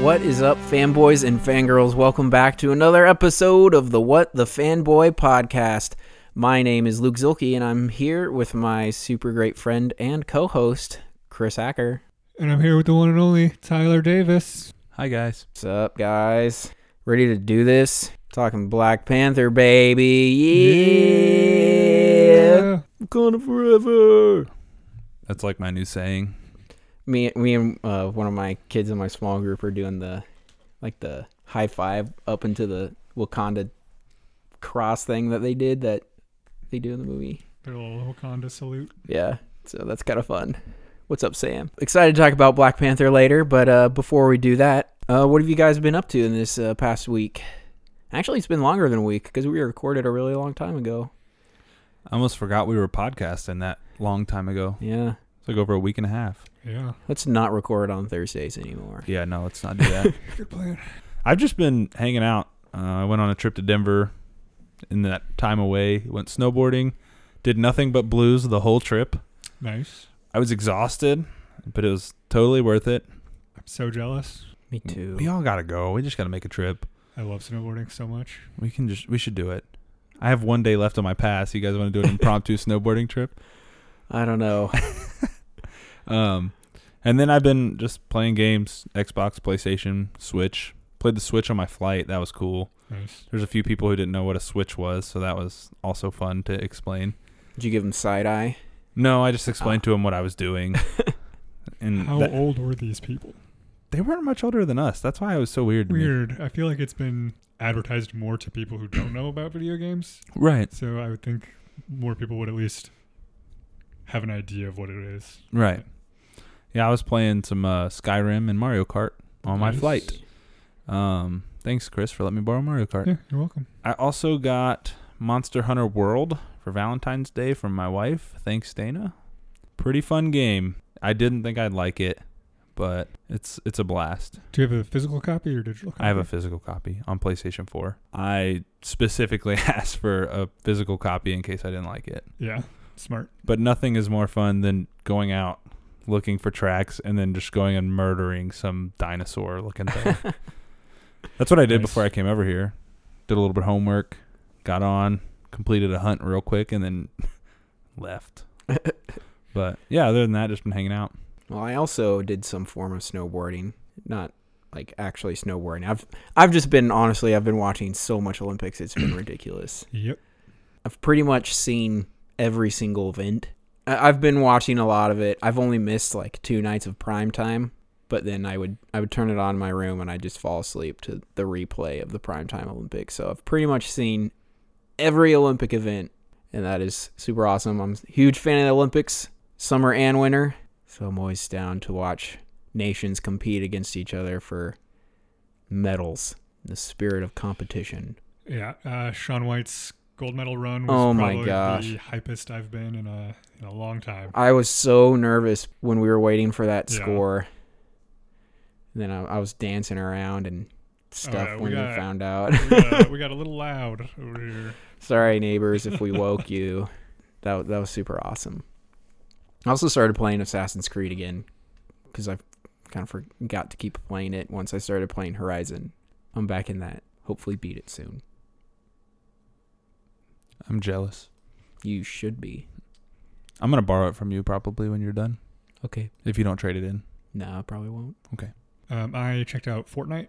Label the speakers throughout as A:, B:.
A: What is up, fanboys and fangirls? Welcome back to another episode of the What the Fanboy podcast. My name is Luke Zilke, and I'm here with my super great friend and co host, Chris Acker.
B: And I'm here with the one and only Tyler Davis.
C: Hi guys.
A: What's up, guys? Ready to do this? Talking Black Panther, baby. Yeah. I'm gonna forever.
C: That's like my new saying.
A: me me and uh, one of my kids in my small group are doing the like the high five up into the Wakanda cross thing that they did that they do in the movie.
B: Their little Wakanda salute.
A: Yeah, so that's kind of fun. What's up, Sam? Excited to talk about Black Panther later, but uh, before we do that, uh, what have you guys been up to in this uh, past week? Actually, it's been longer than a week because we recorded a really long time ago.
C: I almost forgot we were podcasting that long time ago.
A: Yeah,
C: It's like over a week and a half.
B: Yeah.
A: let's not record on Thursdays anymore.
C: Yeah, no, let's not do that.
B: Good plan.
C: I've just been hanging out. Uh, I went on a trip to Denver in that time away, went snowboarding, did nothing but blues the whole trip.
B: Nice.
C: I was exhausted, but it was totally worth it.
B: I'm so jealous.
A: Me too.
C: We all got to go. We just got to make a trip.
B: I love snowboarding so much.
C: We can just we should do it. I have one day left on my pass. You guys want to do an impromptu snowboarding trip?
A: I don't know.
C: Um, and then I've been just playing games, Xbox, PlayStation, Switch. Played the Switch on my flight. That was cool.
B: Nice.
C: There's a few people who didn't know what a Switch was, so that was also fun to explain.
A: Did you give him side eye?
C: No, I just explained to them what I was doing. and
B: How
C: Mm, that-
B: old were these people?
C: they weren't much older than us. That's why I was so weird. to me.
B: Weird. I feel like it's been advertised more to people who don't know about video games.
C: Right.
B: So I would think more people would at least have an idea of what it is.
C: Right. Yeah, I was playing some uh, Skyrim and Mario Kart on my
B: Nice.
C: flight. Um, thanks, Chris, for letting me borrow Mario Kart.
B: Yeah, you're welcome.
C: I also got Monster Hunter World for Valentine's Day from my wife. Thanks, Dana. Pretty fun game. I didn't think I'd like it, but it's it's a blast.
B: Do you have a physical copy or digital copy?
C: I have a physical copy on PlayStation 4. I specifically asked for a physical copy in case I didn't like it.
B: yeah. Smart.
C: But nothing is more fun than going out looking for tracks and then just going and murdering some dinosaur looking thing. That's what I did
B: Nice.
C: before I came over here. Did a little bit of homework, got on, completed a hunt real quick, and then left. but yeah, other than that, just been hanging out.
A: Well, I also did some form of snowboarding, not like actually snowboarding. I've I've just been honestly, I've been watching so much Olympics, it's been ridiculous.
B: Yep.
A: I've pretty much seen every single event. I- I've been watching a lot of it. I've only missed like two nights of prime time, but then I would I would turn it on in my room and I just fall asleep to the replay of the primetime Olympics. So I've pretty much seen every Olympic event, and that is super awesome. I'm a huge fan of the Olympics, summer and winter. So I'm always down to watch nations compete against each other for medals. The spirit of competition.
B: Yeah, uh, Sean White's gold medal run was
A: Oh my
B: probably
A: gosh.
B: the hypest I've been in a in a long time.
A: I was so nervous when we were waiting for that
B: Yeah.
A: score. And then I, I was dancing around and stuff
B: yeah, we
A: when we,
B: got-
A: found out.
B: we, got, we got a little loud over here.
A: Sorry, neighbors, if we woke you. That wa- that was super awesome. I also started playing Assassin's Creed again because I kind of forgot to keep playing it once I started playing Horizon. I'm back in that. Hopefully, beat it soon.
C: I'm jealous.
A: You should be.
C: I'm gonna borrow it from you probably when you're done.
A: Okay.
C: If you don't trade it in.
A: No, I probably won't.
B: Um, I checked out Fortnite,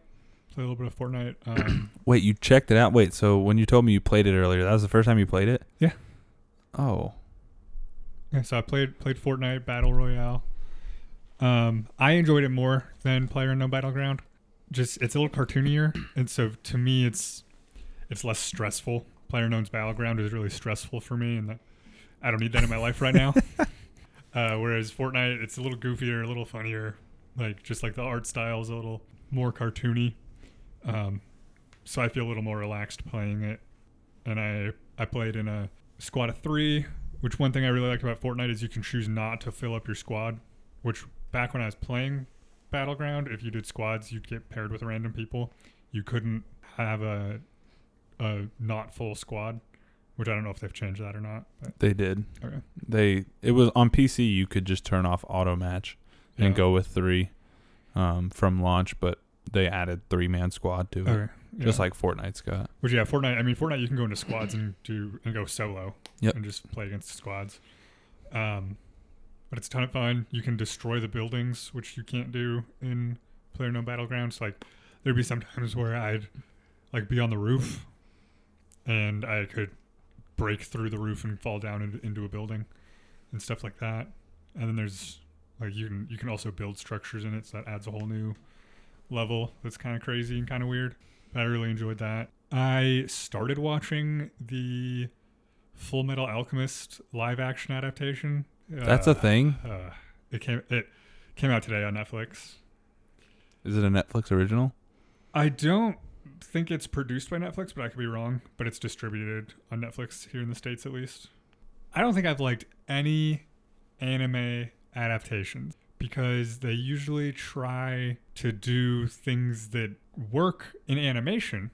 B: played a little bit of Fortnite. Um,
C: Wait, you checked it out. Wait, so when you told me you played it earlier, that was the first time you played it?
B: Yeah.
C: Oh.
B: yeah, so I played played Fortnite Battle Royale. Um, I enjoyed it more than Player No Battleground. Just it's a little cartoonier, and so to me, it's it's less stressful. Player Known's Battleground is really stressful for me, and that, I don't need that in my life right now. Uh, whereas Fortnite, it's a little goofier, a little funnier. Like just like the art style is a little more cartoony. Um, so I feel a little more relaxed playing it. And I I played in a squad of three. Which one thing I really liked about Fortnite is you can choose not to fill up your squad. Which back when I was playing Battleground, if you did squads, you'd get paired with random people. You couldn't have a a not full squad. Which I don't know if they've changed that or not. But
C: They did.
B: okay.
C: They it was on PC you could just turn off auto match
B: Yeah.
C: and go with three um, from launch, but they added three man squad to it,
B: Okay. Yeah.
C: just like Fortnite's got.
B: Which yeah, Fortnite. I mean, Fortnite. You can go into squads and do and go solo.
C: Yep.
B: And just play against squads. Um, but it's a ton of fun. You can destroy the buildings, which you can't do in Player No Battlegrounds. Like there'd be some times where I'd like be on the roof, and I could break through the roof and fall down into, into a building, and stuff like that. And then there's like you can you can also build structures in it, so that adds a whole new level. That's kind of crazy and kind of weird. I really enjoyed that. I started watching the Full Metal Alchemist live action adaptation.
C: That's a thing.
B: Uh, it came it came out today on Netflix.
C: Is it a Netflix original?
B: I don't think it's produced by Netflix, but I could be wrong. But it's distributed on Netflix here in the states, at least. I don't think I've liked any anime adaptations because they usually try to do things that work in animation,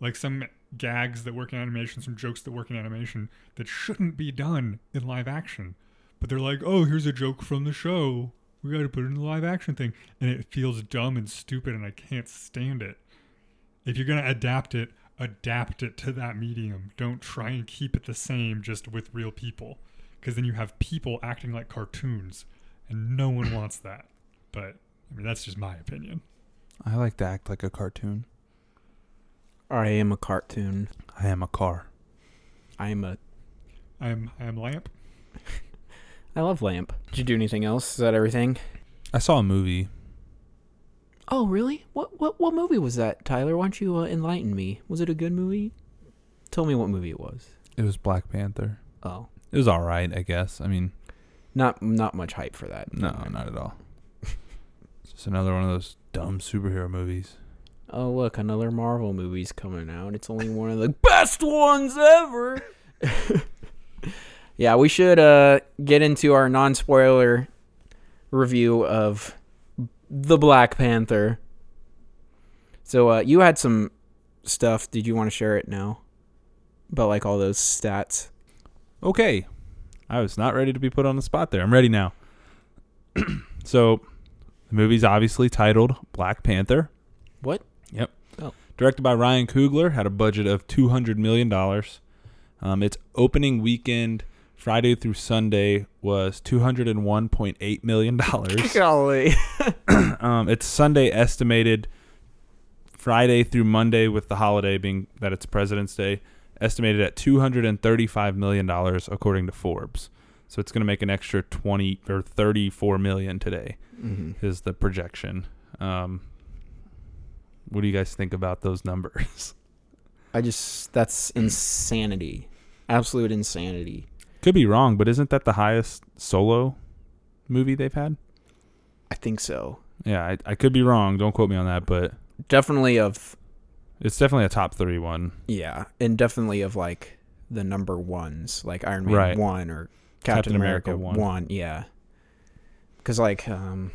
B: like some gags that work in animation, some jokes that work in animation that shouldn't be done in live action. But they're like, oh, here's a joke from the show. We got to put it in the live action thing. And it feels dumb and stupid, and I can't stand it. If you're going to adapt it, adapt it to that medium. Don't try and keep it the same just with real people. Because then you have people acting like cartoons, and no one wants that. But, I mean, that's just my opinion.
C: I like to act like a cartoon.
A: I am a cartoon.
C: I am a car.
A: I am a.
B: I'm, I'm Lamp.
A: I love Lamp. Did you do anything else? Is that everything?
C: I saw a movie.
A: Oh, really? What what what movie was that, Tyler? Why don't you uh, enlighten me? Was it a good movie? Tell me what movie it was.
C: It was Black Panther.
A: Oh,
C: It was all right, I guess. I mean,
A: not not much hype for that.
C: no, not at all. It's just another one of those dumb superhero movies.
A: Oh, look, another Marvel movie's coming out. It's only one of the best ones ever. yeah, we should uh, get into our non spoiler review of The Black Panther. So, uh, you had some stuff. Did you want to share it now? About, like, all those stats?
C: Okay. I was not ready to be put on the spot there. I'm ready now. so, the movie's obviously titled Black Panther.
A: What?
C: Yep.
A: Oh.
C: Directed by Ryan Coogler, had a budget of $200 million. Um, its opening weekend, Friday through Sunday, was $201.8 million.
A: Golly.
C: um, it's Sunday estimated Friday through Monday with the holiday being that it's President's Day estimated at 235 million dollars according to Forbes. So it's going to make an extra 20 or 34 million today
A: hmm
C: is the projection. Um, what do you guys think about those numbers?
A: I just, that's insanity. Absolute insanity.
C: Could be wrong, but isn't that the highest solo movie they've had?
A: I think so.
C: Yeah, I, I could be wrong. Don't quote me on that, but
A: Definitely of
C: it's definitely a top three one.
A: Yeah, and definitely of like the number ones, like Iron Man
C: Right.
A: one or Captain,
C: Captain
A: America,
C: America
A: one.
C: one.
A: Yeah, because like um,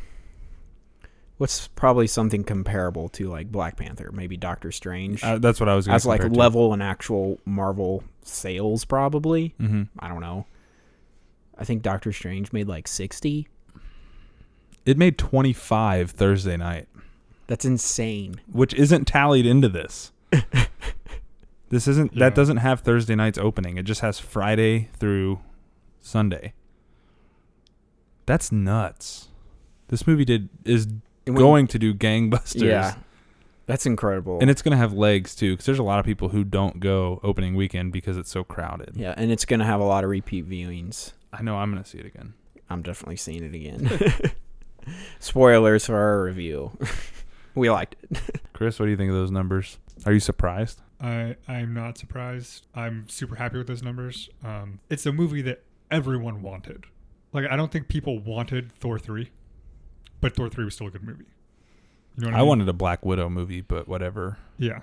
A: what's probably something comparable to like Black Panther, maybe Doctor Strange,
C: Uh, that's what I was going
A: as
C: to
A: like level and actual Marvel sales, probably.
C: Mm-hmm.
A: I don't know. I think Doctor Strange made like sixty.
C: It made 25 Thursday night,
A: That's insane.
C: which isn't tallied into this. this isn't
B: Yeah.
C: that doesn't have Thursday night's opening. It just has Friday through Sunday. That's nuts. This movie did is
A: And when-
C: going to do gangbusters.
A: Yeah, that's incredible.
C: And it's going to have legs too cuz there's a lot of people who don't go opening weekend because it's so crowded.
A: yeah, and it's gonna have a lot of repeat viewings.
C: I know I'm going to see it again.
A: I'm definitely seeing it again. Spoilers for our review. we liked it.
C: Chris, what do you think of those numbers? Are you surprised?
B: I I'm not surprised. I'm super happy with those numbers. Um, it's a movie that everyone wanted. Like I don't think people wanted Thor three, but Thor three was still a good movie. You
A: Mm-hmm.
B: know what I,
C: I
B: mean?
C: wanted a Black Widow movie, but whatever.
B: Yeah.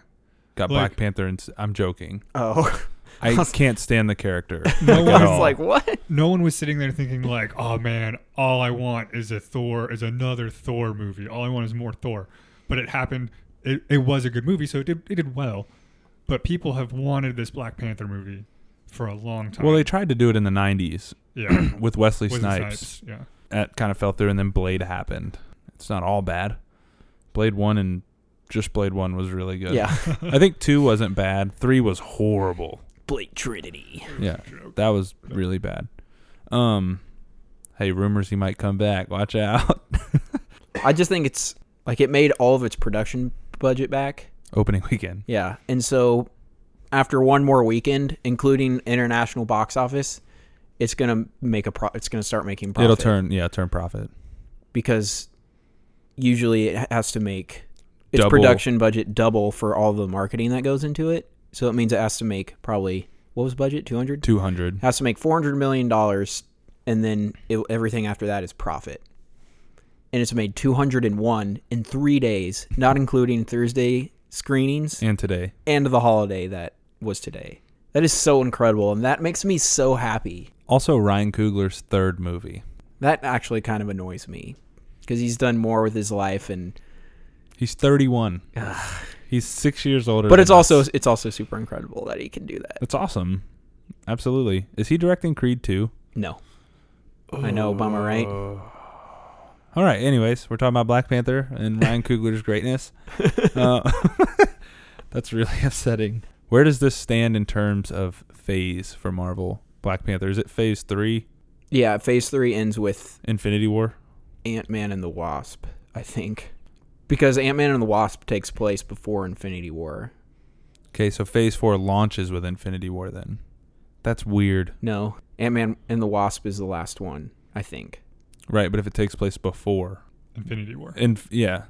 C: Got
B: Like-
C: Black Panther and s- I'm joking.
A: Oh, I
C: I
A: was-
C: can't stand the character.
B: No
A: I
B: one
C: at
A: was
C: all.
A: like, what?
B: no one was sitting there thinking like, oh man, all I want is a Thor is another Thor movie. All I want is more Thor. But it happened. It, it was a good movie, so it did it did well. But people have wanted this Black Panther movie for a long time.
C: Well, they tried to do it in the '90s
B: yeah,
C: with Wesley
B: Wesley
C: Snipes.
B: Snipes, yeah.
C: That kind of fell through, and then Blade happened. It's not all bad. Blade one and just played one was really good.
A: Yeah.
C: I think two wasn't bad. Three was horrible.
A: Blake Trinity.
C: Yeah, that was really bad. Um, hey, rumors he might come back. Watch out.
A: I just think it's like it made all of its production budget back.
C: Opening weekend.
A: Yeah. And so after one more weekend, including international box office, it's going to make a pro- it's going to start making profit
C: It'll turn. Yeah, turn profit.
A: because usually it has to make its
C: Double.
A: production budget double for all the marketing that goes into it. So it means it has to make probably what was budget 200
C: Two hundred.
A: has to make 400 million dollars and then it, everything after that is profit. And it's made 201 in 3 days, not including Thursday screenings
C: And today.
A: and the holiday that was today. That is so incredible, and that makes me so happy.
C: Also, Ryan Coogler's third movie.
A: That actually kind of annoys me because he's done more with his life, and
C: He's thirty-one. He's six years older.
A: but
C: than
A: it's also
C: us.
A: it's also super incredible that he can do that.
C: That's awesome. Absolutely. Is he directing Creed 2?
A: No, I know Obama, right?
C: All right. Anyways, we're talking about Black Panther and Ryan Coogler's greatness. Uh, that's really upsetting. Where does this stand in terms of phase for Marvel? Black Panther is it phase three?
A: Yeah, Phase Three ends with
C: Infinity War.
A: Ant Man and the Wasp, I think, because Ant Man and the Wasp takes place before Infinity War.
C: Okay, so phase four launches with Infinity War. Then that's weird,
A: No, Ant Man and the Wasp is the last one, I think.
C: right? But if it takes place before,
B: Infinity War.
C: and yeah,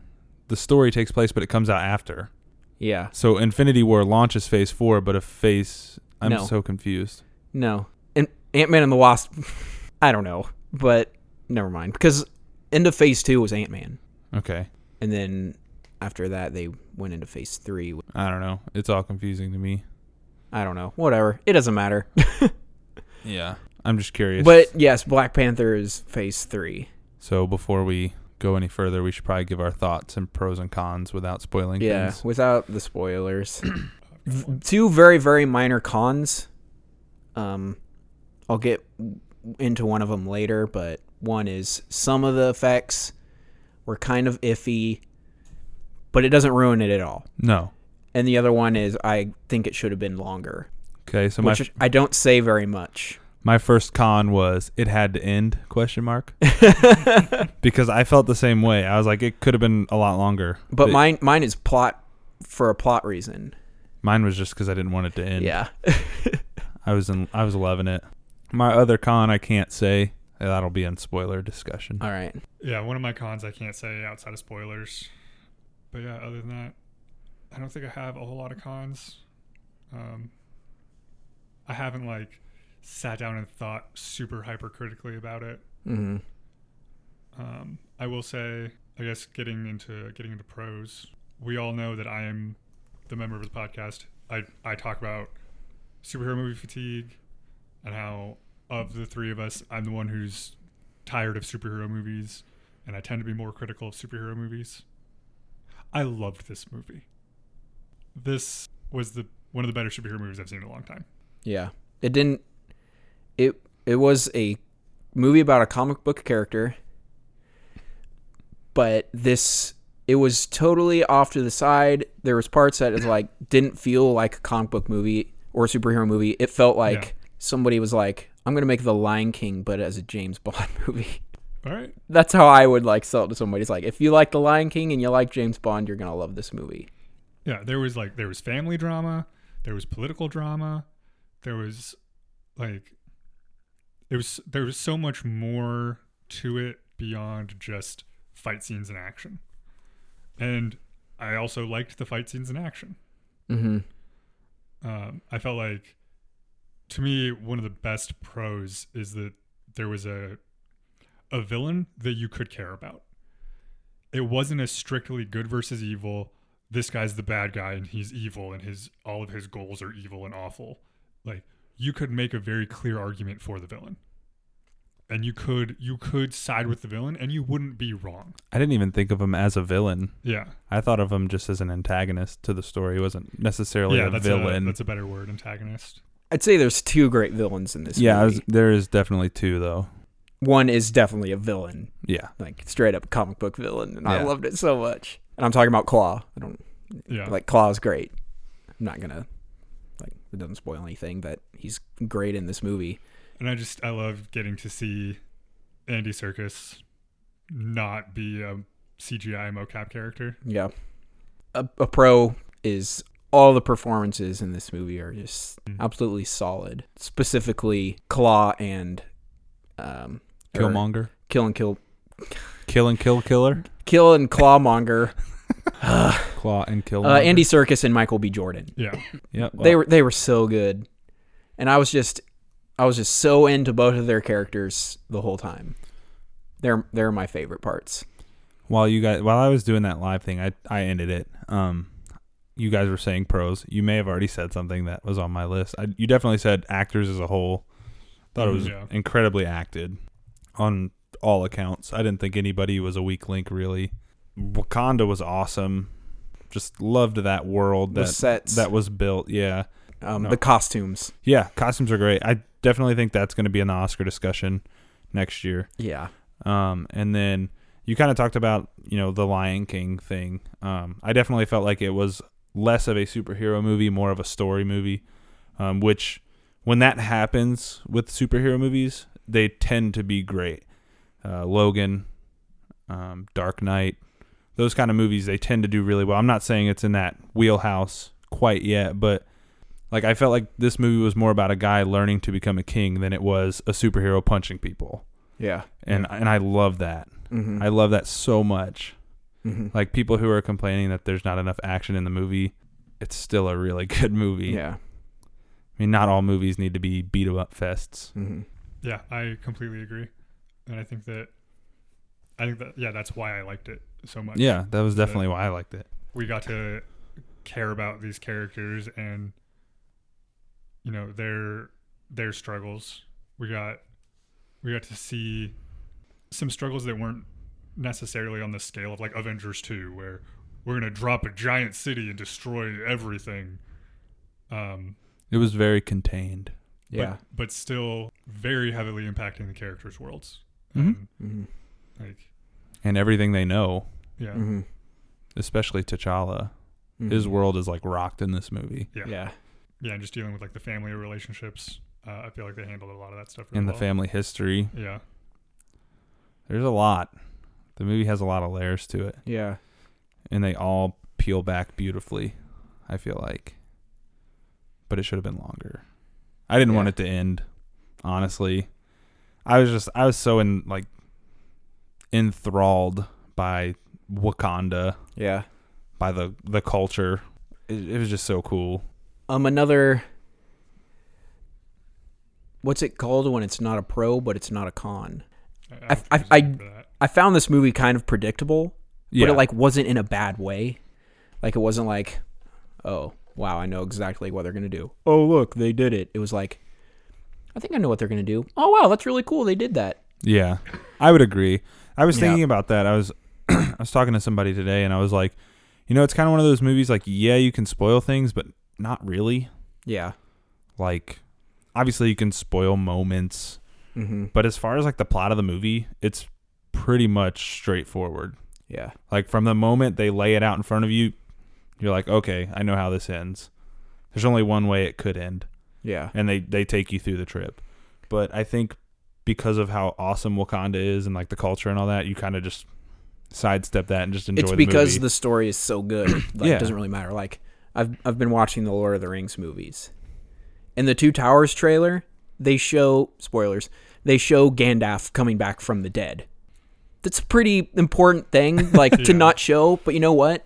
C: the story takes place, but it comes out after.
A: Yeah,
C: So Infinity War launches Phase Four, but if Phase, I'm
A: No.
C: so confused.
A: No. And Ant Man and the Wasp, I don't know, but never mind. Because end of phase two was Ant Man.
C: Okay,
A: And then after that, they went into phase three.
C: I don't know. It's all confusing to me.
A: I don't know. Whatever. It doesn't matter.
C: Yeah, I'm just curious.
A: but yes, Black Panther is phase three.
C: so before we go any further, we should probably give our thoughts and pros and cons without spoiling
A: Yeah,
C: things.
A: without the spoilers. V- Two very, very minor cons. Um, I'll get into one of them later, but one is some of the effects were kind of iffy, but it doesn't ruin it at all.
C: No.
A: and the other one is I think it should have been longer,
C: Okay, so my
A: which I don't say very much.
C: my first con was it had to end question mark because I felt the same way. I was like it could have been a lot longer.
A: But mine mine is plot for a plot reason.
C: mine was just because I didn't want it to end.
A: Yeah.
C: I was in I was loving it. My other con I can't say. That'll be in spoiler discussion.
A: All right.
B: Yeah, one of my cons I can't say outside of spoilers. But yeah, other than that, I don't think I have a whole lot of cons. Um, I haven't like sat down and thought super hypercritically about it.
A: hmm
B: Um, I will say, I guess getting into getting into pros, we all know that I am the member of the podcast. I I talk about superhero movie fatigue and how of the three of us, I'm the one who's tired of superhero movies, and I tend to be more critical of superhero movies. I loved this movie. This was the one of the better superhero movies I've seen in a long time.
A: Yeah. It didn't. It it was a movie about a comic book character, but this it was totally off to the side. There was parts that is like didn't feel like a comic book movie or a superhero movie. It felt like
B: Yeah.
A: somebody was like, "I'm gonna make The Lion King, but as a James Bond movie."
B: All right,
A: That's how I would like sell it to somebody. It's like if you like The Lion King and you like James Bond, you're gonna love this movie.
B: yeah there was like there was family drama there was political drama there was like it was there was so much more to it beyond just fight scenes and action and i also liked the fight scenes and action
A: Mm-hmm.
B: um, i felt like to me one of the best pros is that there was a a villain that you could care about it wasn't a strictly good versus evil. This guy's the bad guy and he's evil and his all of his goals are evil and awful. Like you could make a very clear argument for the villain. And you could you could side with the villain and you wouldn't be wrong.
C: I didn't even think of him as a villain.
B: Yeah.
C: I thought of him just as an antagonist to the story. He wasn't necessarily
B: yeah,
C: a
B: that's
C: villain.
B: a that's a better word, antagonist.
A: I'd say there's two great villains in this.
C: yeah, I
A: movie.
C: was- there is definitely two though.
A: one is definitely a villain.
C: Yeah,
A: like straight up comic book villain, and I
C: Yeah.
A: loved it so much. And I'm talking about Claw. I don't
B: Yeah.
A: Like Claw's great. I'm not gonna like it doesn't spoil anything, but he's great in this movie.
B: and I just I love getting to see Andy Circus not be a CGI mocap character.
A: Yeah. A, a pro is all the performances in this movie are just
B: Mm.
A: absolutely solid. Specifically Claw and um or
C: Killmonger,
A: Kill and Kill
C: Kill and Kill Killer,
A: Kill and Clawmonger. uh,
C: Claw and Kill.
A: Andy Circus and Michael B. Jordan.
B: Yeah,
C: Yep.
A: they were they were so good, and I was just I was just so into both of their characters the whole time. They're they're my favorite parts.
C: while you guys while I was doing that live thing, I I ended it. Um, you guys were saying pros. You may have already said something that was on my list. I, you definitely said actors as a whole. Thought it was
B: Yeah.
C: incredibly acted on all accounts. I didn't think anybody was a weak link really. Wakanda was awesome. Just loved that world
A: The
C: that
A: sets,
C: that was built. Yeah.
A: um,
C: no.
A: the costumes,
C: Yeah, costumes are great. I definitely think that's going to be in the Oscar discussion next year.
A: yeah,
C: Um, and then you kind of talked about you know the Lion King thing. Um, I definitely felt like it was less of a superhero movie, more of a story movie. Um, which when that happens with superhero movies, they tend to be great. Uh, Logan, um, Dark Knight, those kind of movies they tend to do really well. I'm not saying it's in that wheelhouse quite yet, but like I felt like this movie was more about a guy learning to become a king than it was a superhero punching people
A: yeah,
C: and and I love that.
A: mm-hmm.
C: I love that so much.
A: mm-hmm.
C: Like people who are complaining that there's not enough action in the movie, it's still a really good movie.
A: yeah,
C: I mean, not all movies need to be beat 'em up fests.
A: mm-hmm.
B: yeah, I completely agree, and I think that I think that yeah, that's why I liked it so much.
C: Yeah, that was definitely why I liked it.
B: we got to care about these characters and you know their their struggles we got we got to see some struggles that weren't necessarily on the scale of like avengers 2 where we're gonna drop a giant city and destroy everything um
C: It was very contained.
A: yeah,
B: but, but still very heavily impacting the characters worlds um,
C: Mhm.
A: mm-hmm.
B: and, like
C: And everything they know,
B: yeah
A: Mm-hmm.
C: especially T'Challa, his world is like rocked in this movie.
B: yeah yeah,
A: yeah,
B: and just dealing with like the family relationships uh, i feel like they handled a lot of that stuff really
C: And the
B: well.
C: family history.
B: yeah
C: There's a lot. The movie has a lot of layers to it,
A: yeah,
C: and they all peel back beautifully, I feel like. But it should have been longer. I didn't want
A: Yeah.
C: it to end, honestly. I was just I was so in like enthralled by Wakanda,
A: yeah.
C: by the the culture. It, it was just so cool.
A: Um, another. What's it called when it's not a pro but it's not a con?
B: I,
A: I-
B: I,
A: I-
B: for that.
A: I found this movie kind of predictable.
C: Yeah.
A: but it like wasn't in a bad way. Like it wasn't like, oh wow, I know exactly what they're gonna do. Oh look, they did it. It was like, I think I know what they're gonna do. Oh wow, that's really cool. They did that.
C: Yeah, I would agree. I was
A: Yeah.
C: thinking about that. I was I was talking to somebody today, and I was like, you know, it's kind of one of those movies. Like, yeah, you can spoil things, but not really.
A: Yeah.
C: Like, obviously, you can spoil moments,
A: Mm-hmm.
C: but as far as like the plot of the movie, it's pretty much straightforward.
A: Yeah.
C: Like from the moment they lay it out in front of you, you're like, okay, I know how this ends. There's only one way it could end
A: Yeah.
C: and they they take you through the trip. But I think because of how awesome Wakanda is and like the culture and all that, you kind of just sidestep that and just enjoy
A: it's
C: the
A: because
C: movie.
A: the story is so good. Like,
C: Yeah.
A: It doesn't really matter. Like I've I've been watching the Lord of the Rings movies, in the Two Towers trailer, they show spoilers. They show Gandalf coming back from the dead. That's a pretty important thing, like
B: Yeah.
A: to not show. But you know what?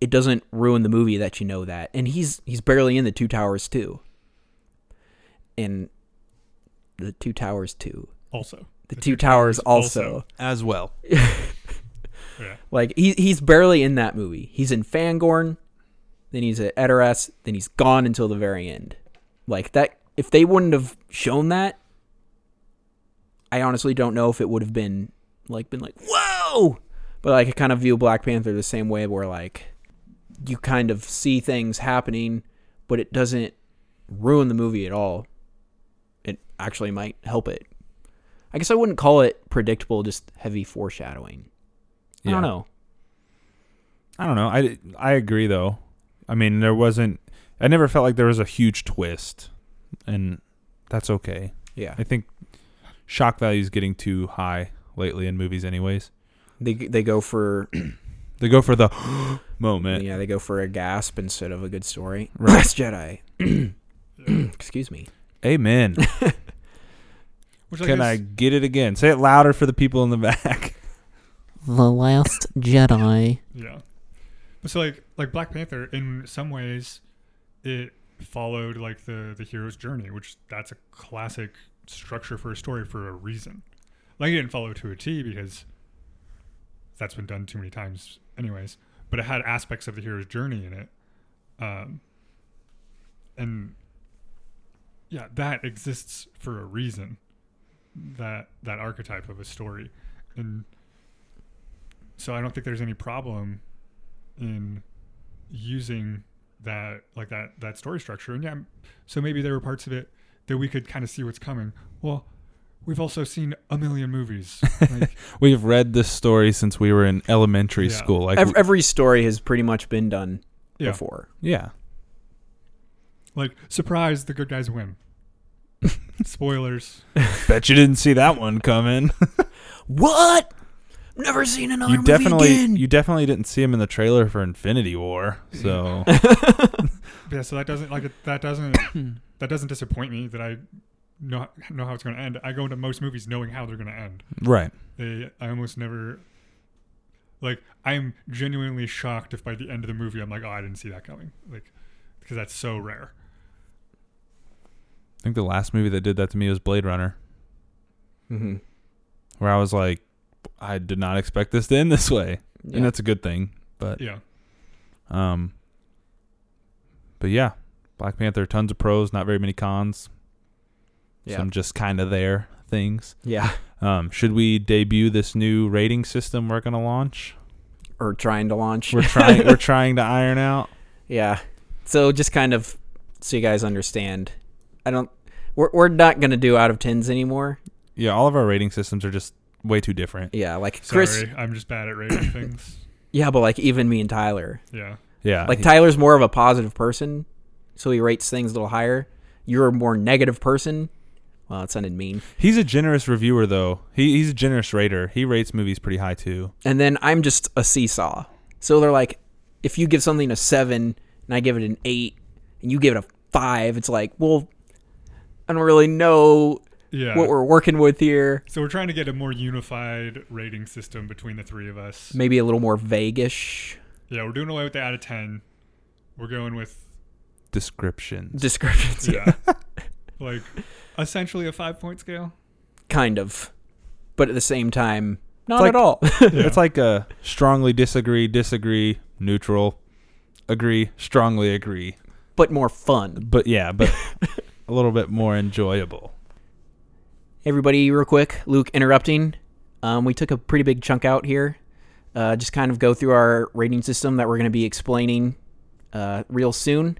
A: It doesn't ruin the movie that you know that. And he's he's barely in the Two Towers too. And the Two Towers too.
B: also
A: The, Two, Towers, also.
C: as well.
B: yeah
A: Like he he's barely in that movie. He's in Fangorn, then he's at Edoras, then he's gone until the very end. Like that if they wouldn't have shown that, I honestly don't know if it would have been like been like, Whoa But like I kind of view Black Panther the same way where like you kind of see things happening, but it doesn't ruin the movie at all. It actually might help it. I guess I wouldn't call it predictable, just heavy foreshadowing. I
C: Yeah.
A: don't know.
C: I don't know. I I agree though. I mean, there wasn't. I never felt like there was a huge twist, and that's okay.
A: Yeah.
C: I think shock value is getting too high lately in movies, anyways.
A: They they go for
C: They go for the moment.
A: yeah, they go for a gasp instead of a good story.
C: Right.
A: Last Jedi. Excuse me.
C: Amen.
B: Which
C: Can I
B: guess-
C: get it again? Say it louder for the people in the back.
D: The Last Jedi.
B: Yeah. But so like like Black Panther in some ways it followed like the the hero's journey, which that's a classic structure for a story for a reason. Like it didn't follow to a T because that's been done too many times anyways, but it had aspects of the hero's journey in it. Um and yeah, that exists for a reason. That that archetype of a story. And so I don't think there's any problem in using that like that that story structure. And yeah, m- so maybe there were parts of it that we could kind of see what's coming. Well, we've also seen a million movies. Like,
C: We've read this story since we were in elementary
B: Yeah.
C: school. Like,
A: Every, every story has pretty much been done
B: yeah,
A: before.
C: yeah,
B: like surprise, the good guys win. Spoilers.
C: bet you didn't see that one coming.
A: What? Never seen another
C: you
A: movie
C: definitely,
A: again.
C: you definitely didn't see him in the trailer for Infinity War. So
B: Yeah, so that doesn't like it, that doesn't that doesn't disappoint me that I know know how it's going to end. I go into most movies knowing how they're going to end.
C: right,
B: They, I almost never, like, I'm genuinely shocked if by the end of the movie I'm like, oh, I didn't see that coming, like, because that's so rare.
C: I think the last movie that did that to me was Blade Runner,
A: hmm
C: where I was like, I did not expect this to end this way,
A: yeah.
C: and that's a good thing. But
B: Yeah,
C: um, but yeah, Black Panther, tons of pros, not very many cons.
A: yeah.
C: Some just kind of there things.
A: yeah.
C: Um, should we debut this new rating system we're gonna launch?
A: Or trying to launch.
C: We're trying. we're trying to iron out.
A: Yeah. So just kind of so you guys understand. I don't we're we're not gonna do out of tens anymore.
C: Yeah, all of our rating systems are just way too different.
A: Yeah, like
B: sorry,
A: Chris
B: I'm just bad at rating things.
A: Yeah, but like even me and Tyler.
B: Yeah,
C: Yeah,
A: Like Tyler's more of a positive person, so he rates things a little higher. You're a more negative person. Well, it sounded mean.
C: he's a generous reviewer though. He, he's a generous rater. He rates movies pretty high too.
A: And then I'm just a seesaw. So they're like, if you give something a seven and I give it an eight and you give it a five, it's like, well, I don't really know
B: yeah.
A: what we're working with here.
B: so we're trying to get a more unified rating system between the three of us.
A: Maybe a little more vaguish.
B: Yeah, we're doing away with the out of ten. We're going with
C: Descriptions.
A: descriptions.
B: yeah, like essentially a five point scale.
A: Kind of. But at the same time, not
C: like-
A: at all.
C: It's like a strongly disagree, disagree, neutral, agree, strongly agree.
A: but more fun.
C: But yeah, but a little bit more enjoyable.
A: Everybody, real quick, Luke interrupting. Um, we took a pretty big chunk out here. Uh, just kind of go through our rating system that we're going to be explaining uh, real soon.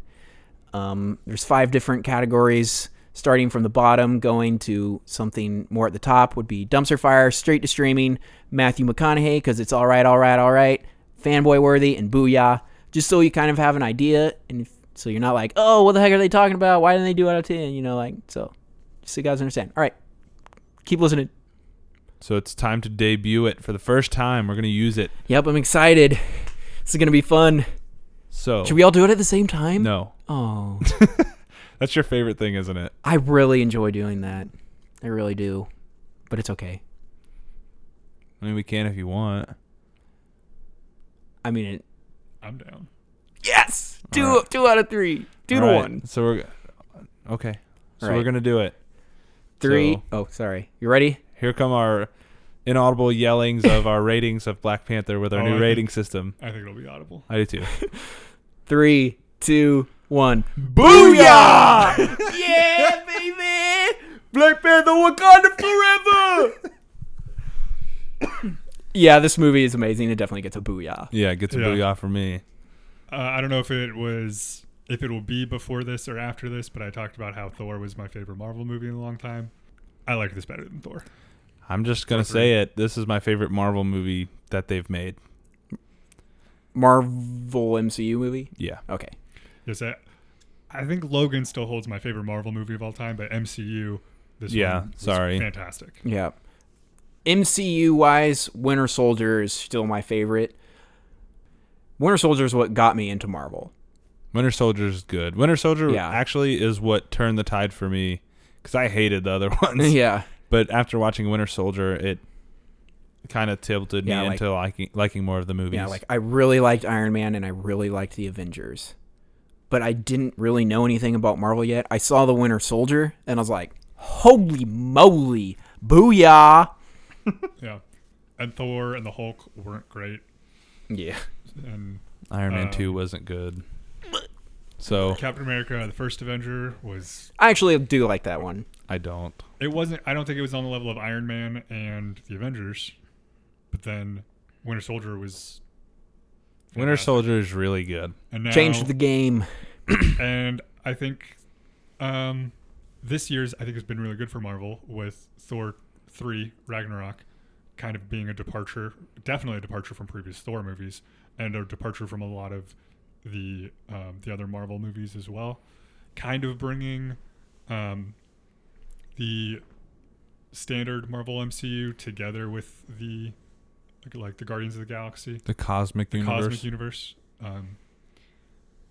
A: Um, there's five different categories, starting from the bottom, going to something more at the top would be Dumpster Fire, straight to streaming, Matthew McConaughey, because it's all right, all right, all right, fanboy worthy, and Booyah. Just so you kind of have an idea, and if, so you're not like, oh, what the heck are they talking about? Why didn't they do out of 10? You know, like, so just so you guys understand. All right, keep listening.
C: So it's time to debut it for the first time. We're gonna use it.
A: Yep, I'm excited. This is going to be fun.
C: So
A: Should we all do it at the same time?
C: Oh. no,
A: Oh.
C: that's your favorite thing, isn't it?
A: I really enjoy doing that. I really do. But it's okay.
C: I mean, we can if you want.
A: I mean it.
B: I'm down.
A: Yes. Two
C: All
A: two out of 3. Two
C: All
A: to
C: right,
A: 1.
C: So we're okay. So
A: All right.
C: we're gonna do it.
A: 3.
C: So-
A: Oh, sorry. You ready?
C: Here come our inaudible yellings of our ratings of Black Panther with our
B: Oh, I
C: new
B: think-
C: rating system.
B: I think it'll be audible.
C: I do too.
A: Three, two, one.
C: Booyah!
A: yeah, baby! Black Panther Wakanda forever! yeah, this movie is amazing. It definitely gets a booyah.
C: yeah, it gets a
B: Yeah.
C: booyah for me.
B: Uh, I don't know if it was if it will be before this or after this, but I talked about how Thor was my favorite Marvel movie in a long time. I like this better than Thor.
C: I'm just gonna say it. This is my favorite Marvel movie that they've made.
A: Marvel MCU movie.
C: Yeah.
A: Okay.
B: Yes, I, I think Logan still holds my favorite Marvel movie of all time, but MCU. This
C: Yeah,
B: one was
C: sorry.
B: fantastic.
A: Yeah. MCU wise, Winter Soldier is still my favorite. Winter Soldier is what got me into Marvel.
C: Winter Soldier is good. Winter Soldier
A: Yeah.
C: actually is what turned the tide for me because I hated the other ones.
A: yeah.
C: But after watching Winter Soldier, it kind of tilted
A: Yeah,
C: me
A: like-
C: into liking liking more of the movies.
A: Yeah, like I really liked Iron Man and I really liked the Avengers. But I didn't really know anything about Marvel yet. I saw the Winter Soldier and I was like, holy moly, booyah.
B: Yeah, and Thor and the Hulk weren't great,
A: Yeah.
B: and
C: Iron Man
B: uh,
C: Two wasn't good. So
B: Captain America: The First Avenger was.
A: I actually do like that one.
C: I don't.
B: It wasn't. I don't think it was on the level of Iron Man and the Avengers, but then Winter Soldier was.
C: Winter
B: fantastic.
C: Soldier is really good.
B: and now,
A: Changed the game.
B: and I think um, this year's I think has been really good for Marvel with Thor three Ragnarok kind of being a departure, definitely a departure from previous Thor movies, and a departure from a lot of the um, the other Marvel movies as well. Kind of bringing um, the standard Marvel MCU together with the like, like the Guardians of the Galaxy
C: The cosmic universe.
B: cosmic universe. Um,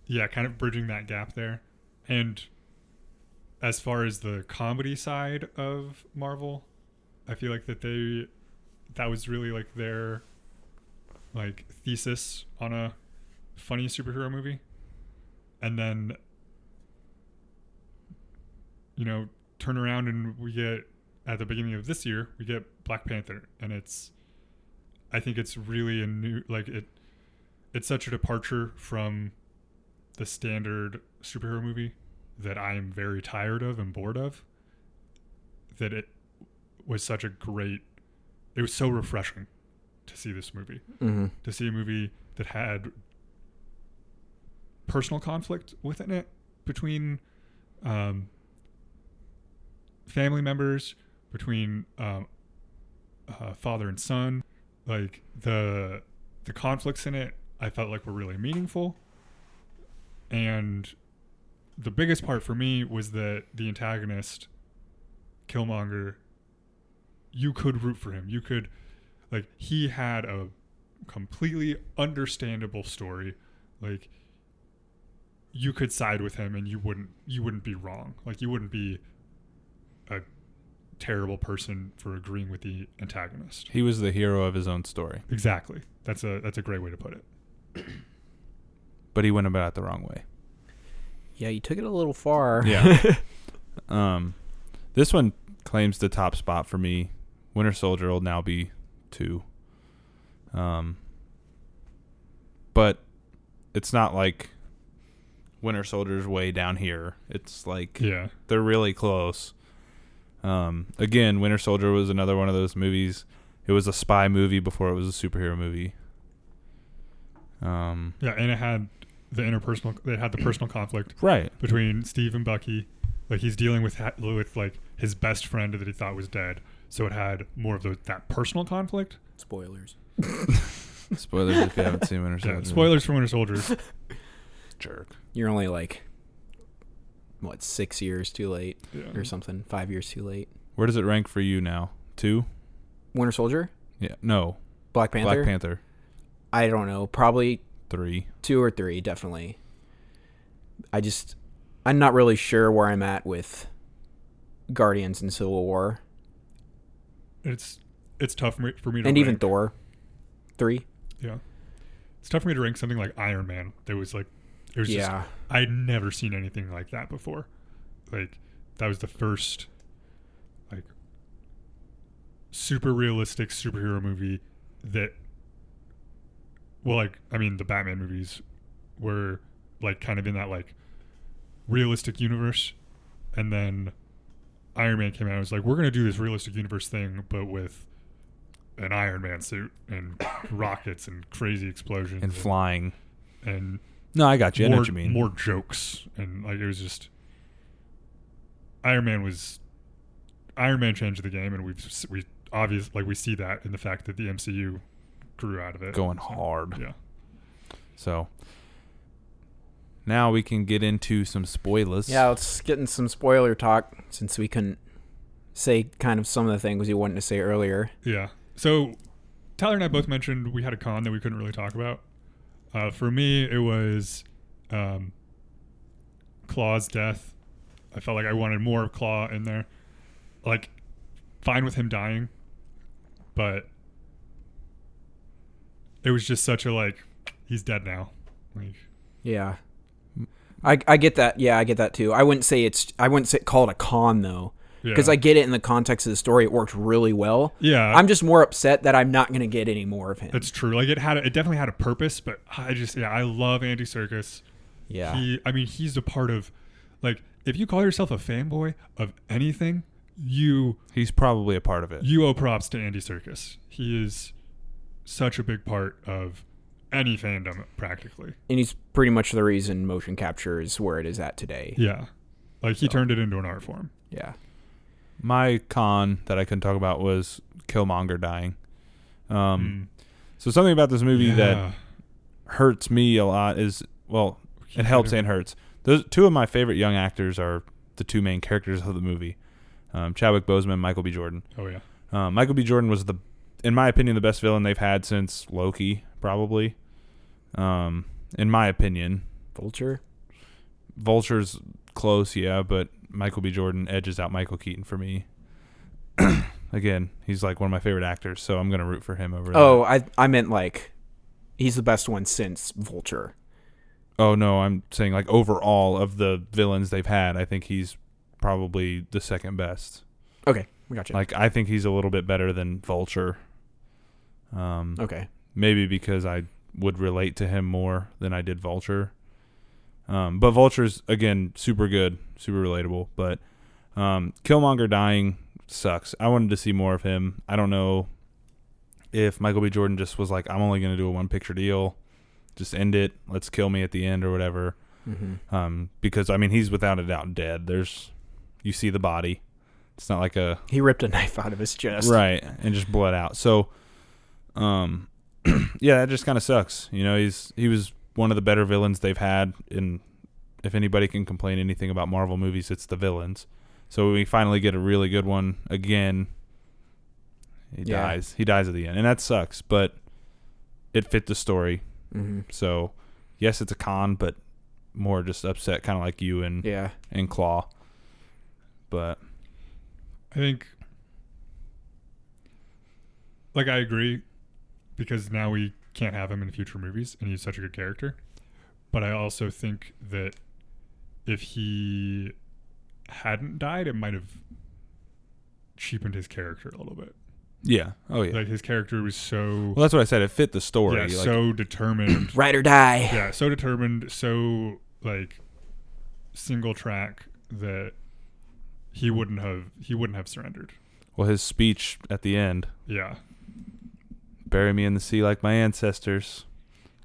B: yeah, kind of bridging that gap there. And as far as the comedy side of Marvel, I feel like that they that was really like their like thesis on a funny superhero movie. And then you know, turn around and we get at the beginning of this year, we get Black Panther and it's I think it's really a new like it it's such a departure from the standard superhero movie that I am very tired of and bored of that it was such a great it was so refreshing to see this movie
A: Mm-hmm.
B: to see a movie that had personal conflict within it between um, family members, between um, uh, father and son. Like the the conflicts in it, I felt like were really meaningful. And the biggest part for me was that the antagonist, Killmonger, you could root for him. You could, like, he had a completely understandable story. Like you could side with him and you wouldn't you wouldn't be wrong. Like you wouldn't be a terrible person for agreeing with the antagonist.
C: He was the hero of his own story,
B: Exactly. That's a that's a great way to put it.
C: but he went about it the wrong way.
A: Yeah, you took it a little far.
C: Yeah. um, this one claims the top spot for me. Winter Soldier will now be two. Um, but it's not like Winter Soldier's way down here. It's like
B: Yeah.
C: they're really close. Um, again, Winter Soldier was another one of those movies. It was a spy movie before it was a superhero movie. Um,
B: Yeah, and it had the interpersonal it had the personal conflict
C: right.
B: between Steve and Bucky. Like he's dealing with ha- with like his best friend that he thought was dead. So it had more of the, that personal conflict.
A: Spoilers.
C: Spoilers if you haven't seen Winter
B: Yeah,
C: Soldier.
B: spoilers for Winter Soldier.
C: jerk.
A: You're only like, what, six years too late
B: Yeah.
A: or something? Five years too late.
C: Where does it rank for you now? Two?
A: Winter Soldier?
C: Yeah. No.
A: Black Panther?
C: Black Panther.
A: I don't know. Probably
C: Three.
A: two or three, definitely. I just, I'm not really sure where I'm at with Guardians and Civil War,
B: it's it's tough for me, for me to
A: and even
B: rank-
A: Thor. Three.
B: yeah it's tough for me to rank something like Iron Man that was like it was just
A: Yeah,
B: I'd never seen anything like that before like that was the first like super realistic superhero movie that well like I mean the Batman movies were like kind of in that like realistic universe and then Iron Man came out and was like we're gonna do this realistic universe thing but with an Iron Man suit and rockets and crazy explosions
C: And flying.
B: and
C: No, I got you. I know
B: more,
C: what you mean.
B: more jokes and like it was just Iron Man was Iron Man changed the game and we've s- we obvious like we see that in the fact that the MCU grew out of it
C: Going hard.
B: yeah
C: So now we can get into some spoilers.
A: Yeah, let's get in some spoiler talk since we couldn't say kind of some of the things you wanted to say earlier.
B: Yeah. So Tyler and I both mentioned we had a con that we couldn't really talk about. Uh, for me, it was um, Claw's death. I felt like I wanted more of Claw in there. Like, fine with him dying, but it was just such a like, he's dead now. Like,
A: Yeah. I, I get that. Yeah, I get that too. I wouldn't say it's I wouldn't say call it a con though,
B: yeah.
A: because I get it in the context of the story. It worked really well.
B: yeah,
A: I'm just more upset that I'm not going to get any more of him.
B: that's true. Like, it had a, it definitely had a purpose, but I just yeah, I love Andy Circus.
A: yeah.
B: He, I mean, he's a part of, like, if you call yourself a fanboy of anything, you
C: He's probably a part of it.
B: you owe props to Andy Circus. He is such a big part of any fandom, practically.
A: and he's pretty much the reason motion capture is where it is at today.
B: Yeah, like he turned it into an art form.
A: Yeah.
C: My con that I couldn't talk about was Killmonger dying. Um,
B: Hmm.
C: So something about
B: Mm.
C: this movie that hurts me a lot is well, it helps and hurts. Those two of my favorite young actors are the two main characters of the movie, um, Chadwick Boseman, Michael B. Jordan.
B: Oh yeah,
C: Um, Michael B. Jordan was the, in my opinion, the best villain they've had since Loki, probably. Um, in my opinion,
A: Vulture.
C: Vulture's close, yeah, but Michael B. Jordan edges out Michael Keaton for me. Again, he's like one of my favorite actors, so I'm gonna root for him over.
A: Oh, I I meant like he's the best one since Vulture.
C: that. oh no, I'm saying like overall of the villains they've had, I think he's probably the second best.
A: Okay, we got you.
C: Like I think he's a little bit better than Vulture. Um,
A: okay.
C: maybe because I would relate to him more than I did Vulture. Um, but Vulture's again super good, super relatable. But um, Killmonger dying sucks. I wanted to see more of him. I don't know if Michael B. Jordan just was like, I'm only going to do a one picture deal, just end it. Let's kill me at the end or whatever.
A: hmm
C: Um, because I mean, he's without a doubt dead. There's, you see the body. It's not like a
A: He ripped a knife out of his chest.
C: right and just bled out so um yeah that just kind of sucks you know he's he was one of the better villains they've had and if anybody can complain anything about marvel movies it's the villains so when we finally get a really good one again he
A: Yeah.
C: dies he dies at the end and that sucks but it fit the story
A: hmm
C: so yes it's a con but more just upset kind of like you and
A: Yeah.
C: and claw but
B: I think. Like I agree, because now we can't have him in future movies, and he's such a good character. But I also think that if he hadn't died, it might have cheapened his character a little bit.
C: yeah oh yeah
B: Like his character was so
C: Well, that's what I said. It fit the story.
B: yeah,
C: like,
B: so determined.
A: Ride or die.
B: yeah, so determined, so like single track that he wouldn't have he wouldn't have surrendered.
C: well, his speech at the end,
B: Yeah.
C: "Bury me in the sea like my ancestors,"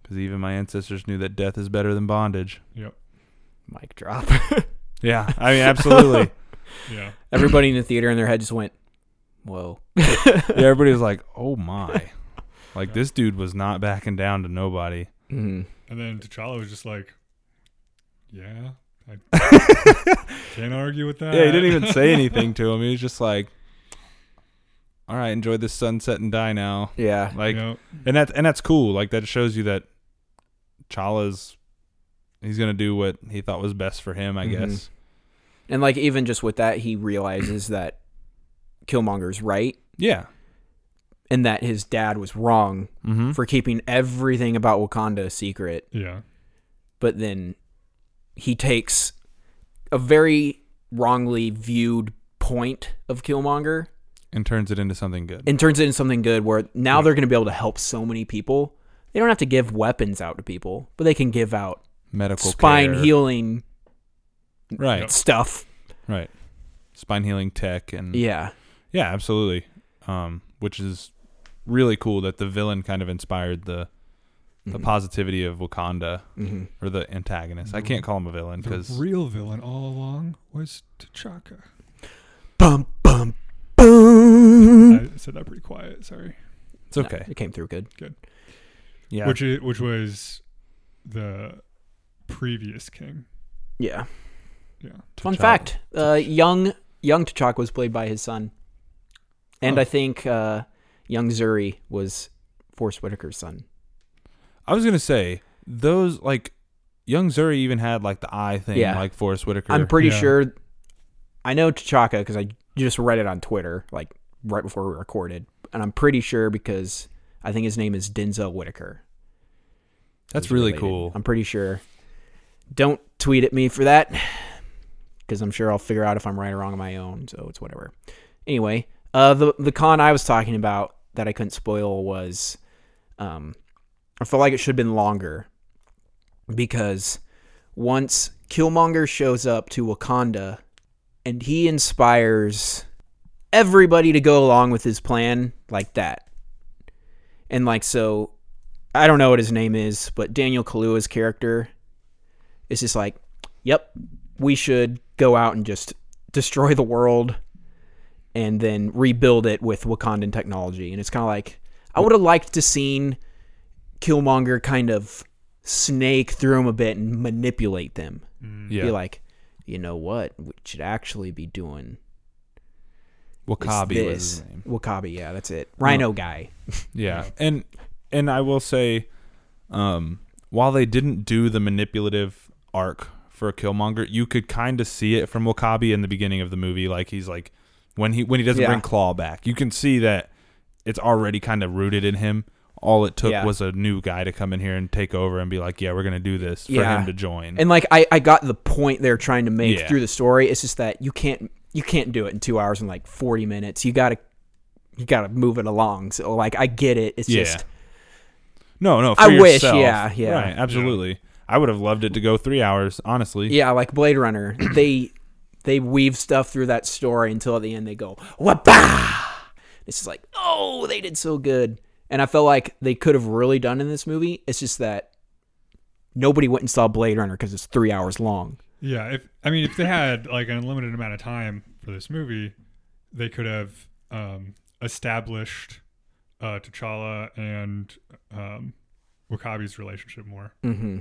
C: because even my ancestors knew that death is better than bondage.
B: Yep.
A: Mic drop.
C: Yeah, I mean, absolutely.
B: Yeah.
A: Everybody in the theater in their head just went, "Whoa."
C: yeah, everybody was like, "Oh my!" Like this dude was not backing down to nobody.
A: hmm
B: And then T'Challa was just like, Yeah, I can't argue with that.
C: Yeah, he didn't even say anything to him. He was just like, "All right, enjoy this sunset and die now."
A: Yeah.
C: Like,
B: Yep.
C: and that's and that's cool. Like that shows you that Chala's he's gonna do what he thought was best for him. I
A: Mhm.
C: guess.
A: And like even just with that, he realizes that Killmonger's right
C: Yeah.
A: and that his dad was wrong
C: Mm-hmm.
A: for keeping everything about Wakanda a secret.
B: Yeah.
A: But then he takes a very wrongly viewed point of Killmonger
C: and turns it into something good.
A: and turns it into something good where now they're going to be able to help so many people. They don't have to give weapons out to people, but they can give out
C: Medical
A: spine
C: care.
A: healing
C: Right,
B: Yep.
A: stuff.
C: right. Spine healing tech and
A: Yeah.
C: yeah, absolutely. Um, which is really cool that the villain kind of inspired the the
A: Mm-hmm.
C: positivity of Wakanda
A: Mhm.
C: or the antagonist. I can't call him a villain
B: The
C: because
B: real villain all along was T'Chaka.
A: Bum bum boom.
B: I said that pretty quiet, sorry.
C: it's okay.
A: it came through good.
C: Yeah,
B: Which i- which was the previous king.
A: Yeah.
B: Yeah.
A: Fun
C: T'Challa.
A: fact: uh, young young T'Chaka was played by his son, and
B: Oh.
A: I think uh, young Zuri was Force Whitaker's son.
C: I was gonna say those like young Zuri even had like the eye thing,
A: Yeah.
C: like Forrest Whitaker.
A: I'm pretty
B: Yeah.
A: sure. I know T'Chaka because I just read it on Twitter, like right before we recorded, and I'm pretty sure because I think his name is Denzel Whitaker.
C: That's
A: He's
C: really
A: related.
C: cool.
A: I'm pretty sure. Don't tweet at me for that because I'm sure I'll figure out if I'm right or wrong on my own. So it's whatever. Anyway, uh, the the con I was talking about that I couldn't spoil was, um, I felt like it should have been longer because once Killmonger shows up to Wakanda and he inspires everybody to go along with his plan like that. And like so I don't know what his name is, but Daniel Kaluuya's character is just like, "Yep, we should go out and just destroy the world, and then rebuild it with Wakandan technology." And it's kind of like I would have liked to seen Killmonger kind of snake through him a bit and manipulate them.
B: Mm.
C: yeah,
A: Be like, you know what? We should actually be doing is
C: Wakabi was
A: this.
C: his name.
A: Wakabi, yeah, that's it. Rhino guy.
C: Yeah. And and I will say, um, while they didn't do the manipulative arc for Killmonger, you could kind of see it from Wakabi in the beginning of the movie. Like he's like when he when he doesn't
A: Yeah.
C: bring Claw back, you can see that it's already kind of rooted in him. All it took
A: Yeah.
C: was a new guy to come in here and take over and be like, "Yeah, we're gonna do this for
A: Yeah.
C: him to join."
A: And like I, I got the point they're trying to make
C: Mm-hmm. Yeah.
A: through the story. It's just that you can't you can't do it in two hours and like forty minutes. You gotta you gotta move it along. So like I get it. It's
C: Yeah.
A: just
C: No, no. For
A: I wish,
C: yourself.
A: yeah, yeah.
C: Right, absolutely. I would have loved it to go three hours, honestly.
A: yeah, like Blade Runner. they they weave stuff through that story until at the end they go whapa. It's just like oh they did so good, and I felt like they could have really done in this movie. It's just that nobody went and saw Blade Runner because it's three hours long.
B: Yeah, if I mean if they had like an unlimited amount of time for this movie, they could have um, established uh, T'Challa and um, Wakabi's relationship more,
A: Mm-hmm.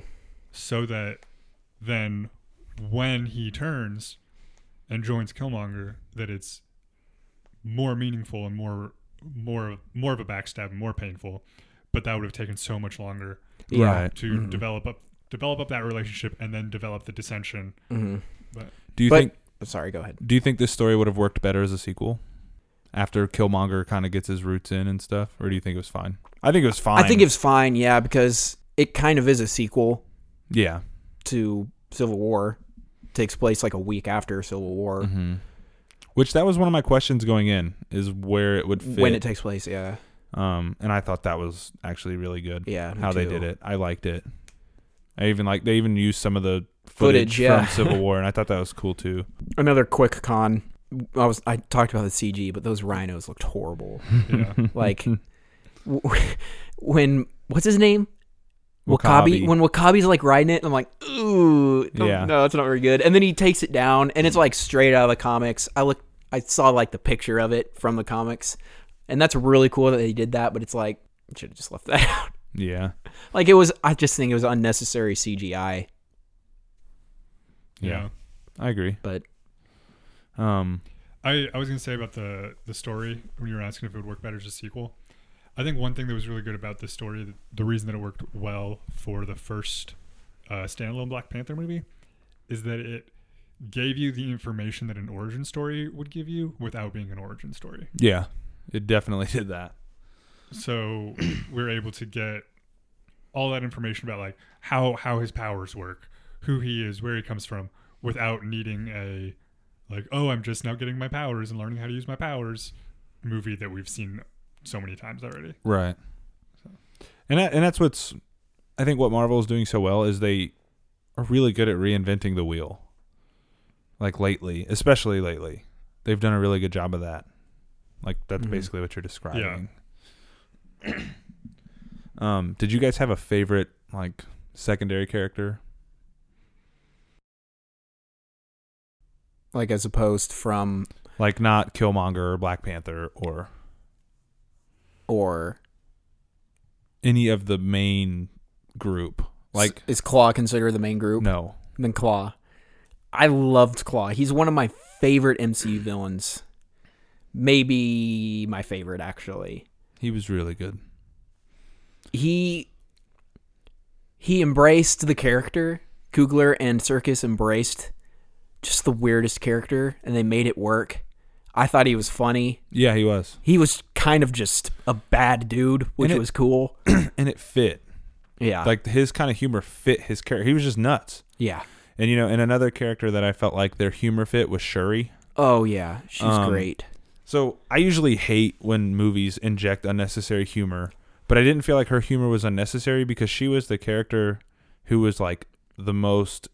B: so that then when he turns and joins Killmonger, that it's more meaningful and more more more of a backstab and more painful. But that would have taken so much longer
A: Yeah.
C: Right.
B: to develop up develop up that relationship and then develop the dissension.
A: Mm-hmm.
B: But
C: Do you
A: But-
C: think
A: Sorry, go ahead.
C: do you think this story would have worked better as a sequel? After Killmonger kind of gets his roots in and stuff, or do you think it was fine? I think it was fine.
A: I think it was fine, yeah, because it kind of is a sequel
C: yeah.
A: to Civil War. takes place like a week after Civil War
C: Mhm. Which that was one of my questions going in is where it would Mm-hmm. fit.
A: when it takes place. Yeah,
C: um, and I thought that was actually really good
A: yeah. me
C: how they
A: too.
C: did it. I liked it. I even like they even used some of the
A: Footage,
C: footage,
A: yeah.
C: from Civil War, and I thought that was cool too.
A: Another quick con. I was I talked about the CG, but those rhinos looked horrible.
B: yeah.
A: Like
C: Mm-hmm.
A: w- when what's his name?
C: Wakabi.
A: Wakabi. When Wakabi's like riding it, I'm like, ooh, no,
C: Yeah.
A: no, that's not very good. And then he takes it down, and it's like straight out of the comics. I look, I saw like the picture of it from the comics, and that's really cool that they did that. But it's like should have just left that out.
C: yeah.
A: Like it was, I just think it was unnecessary CGI.
C: Yeah. I agree.
A: But-
C: um,
B: I, I was gonna say about the the story when you were asking if it would work better as a sequel. I think one thing that was really good about this story, th- the reason that it worked well for the first uh, standalone Black Panther movie, is that it gave you the information that an origin story would give you without being an origin story.
C: yeah, it definitely did that.
B: So we are able to get all that information about like how how his powers work, who he is, where he comes from, without needing a like oh I'm just now getting my powers and learning how to use my powers movie that we've seen so many times already.
C: Right. And that, and that's what's I think what Marvel is doing so well is they are really good at reinventing the wheel. Like lately, especially lately, they've done a really good job of that. Like that's
A: Mhm.
C: basically what you're describing. um, did you guys have a favorite like secondary character?
A: Like as opposed from
C: Like not Killmonger or Black Panther or
A: or
C: any of the main group Like
A: is Claw considered the main group?
C: no,
A: Then Claw. I loved Claw. He's one of my favorite MCU villains. Maybe my favorite actually.
C: he was really good.
A: He he embraced the character. Kugler and Circus embraced just the weirdest character and they made it work. I thought he was funny.
C: Yeah, he was,
A: He was kind of just a bad dude, which
C: And it-
A: was cool.
C: and it fit.
A: Yeah.
C: Like his kind of humor fit his character. He was just nuts.
A: yeah.
C: And you know, and another character that I felt like their humor fit was Shuri.
A: Oh yeah. She's
C: Um,
A: great.
C: So I usually hate when movies inject unnecessary humor, but I didn't feel like her humor was unnecessary because she was the character who was like the most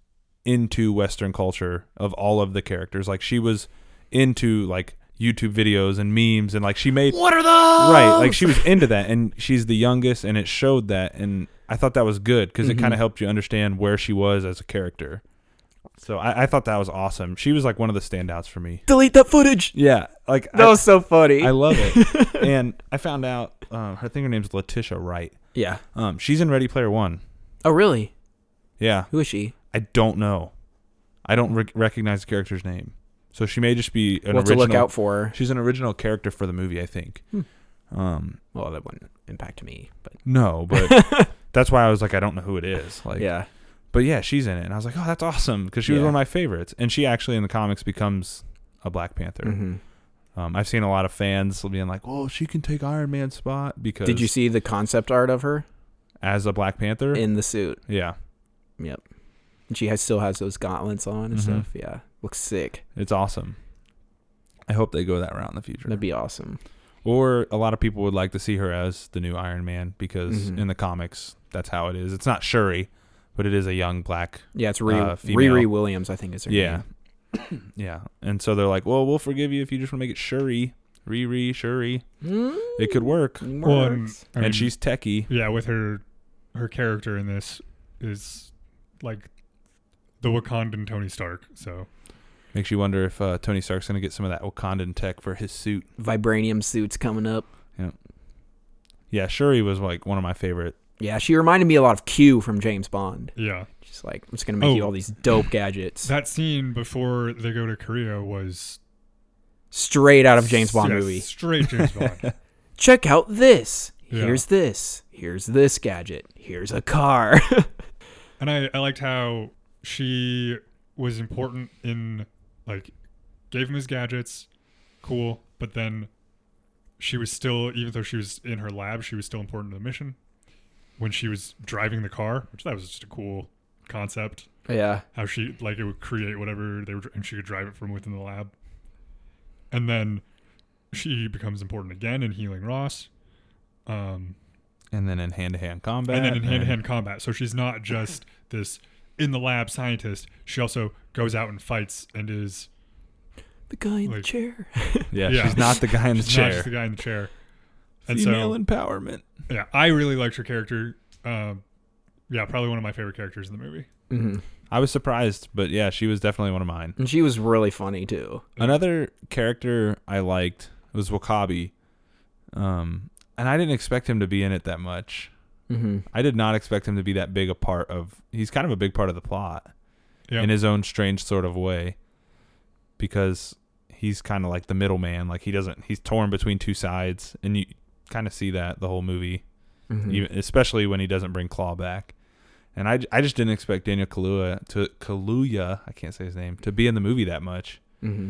C: into Western culture of all of the characters. Like she was into like YouTube videos and memes and like she made
A: What are those?
C: right like she was into that and she's the youngest and it showed that and i thought that was good because it
A: Mm-hmm.
C: kind of helped you understand where she was as a character so I, I thought that was awesome she was like one of the standouts for me
A: delete that footage.
C: yeah like
A: That was so funny.
C: I, I love it and i found out um, her- i think her name's letitia wright
A: yeah.
C: um, she's in ready player one
A: Oh really?
C: yeah
A: Who is she?
C: i don't know i don't rec recognize the character's name so she may just be an
A: What to
C: original
A: look out for?
C: she's an original character for the movie i think
A: Hmm.
C: um,
A: Well, that wouldn't impact me, but
C: No, but that's why I was like, I don't know who it is. Like,
A: yeah,
C: But yeah, she's in it, and I was like, oh, that's awesome because she was
A: Yeah.
C: one of my favorites, and she actually in the comics becomes a Black Panther.
A: Mhm.
C: Um, I've seen a lot of fans being like, oh, she can take Iron Man's spot because
A: Did you see the concept art of her
C: as a Black Panther?
A: in the suit?
C: yeah,
A: And she has, still has those gauntlets on and
C: Mhm.
A: stuff. Yeah, looks sick.
C: it's awesome. I hope they go that route in the future.
A: That'd be awesome.
C: Or a lot of people would like to see her as the new Iron Man because
A: Mhm.
C: in the comics, that's how it is. It's not Shuri, but it is a young black
A: Yeah, it's Riri,
C: Uh, female.
A: Riri Williams, I think is her
C: Yeah.
A: name.
C: yeah. And so they're like, well, we'll forgive you if you just want to make it Shuri, Riri, Shuri. It could work.
A: Mm,
B: Well, and-
A: works.
B: I mean,
C: and she's techie.
B: yeah, with her her character in this is like the Wakandan Tony Stark. So
C: Makes you wonder if uh, Tony Stark's going to get some of that Wakandan tech for his suit.
A: Vibranium suits coming up.
C: Yeah, Shuri was like one of my favorite.
A: Yeah, she reminded me a lot of Q from James Bond.
B: yeah,
A: She's like, I'm just gonna make you
B: Oh.
A: all these dope gadgets,
B: that scene before they go to Korea was
A: straight out of James Bond
B: yeah,
A: movie.
B: Straight James Bond.
A: check out this.
B: Yeah.
A: Here's this. Here's this gadget. Here's a car.
B: And I, I liked how she was important in like gave him his gadgets, cool, but then she was still even though she was in her lab, she was still important to the mission. When she was driving the car, which that was just a cool concept.
A: yeah.
B: How she like it would create whatever they were and she could drive it from within the lab. And then she becomes important again in healing Ross. Um
C: And then in hand to hand combat.
B: and then in hand to hand combat. So she's not just this in the lab scientist. She also goes out and fights and is
A: The guy in the
B: Like-
A: chair.
C: Yeah,
B: Yeah.
C: she's not the guy in the
B: she's not
C: chair.
B: just the guy in the chair. And
C: Female
B: so
C: empowerment.
B: yeah, I really liked her character. Um, yeah, probably one of my favorite characters in the movie.
A: hmm
C: I was surprised, but yeah, she was definitely one of mine.
A: And she was really funny too.
C: Another character I liked was Wakabi. Um, and I didn't expect him to be in it that much.
A: Mm-hmm.
C: I did not expect him to be that big a part of. He's kind of a big part of the plot
B: Yeah.
C: in his own strange sort of way, because he's kind of like the middleman. Like he doesn't. He's torn between two sides, and you kind of see that the whole movie,
A: Mm-hmm.
C: even especially when he doesn't bring Claw back. And I, I just didn't expect Daniel Kaluuya to Kaluuya I can't say his name to be in the movie that much.
A: hmm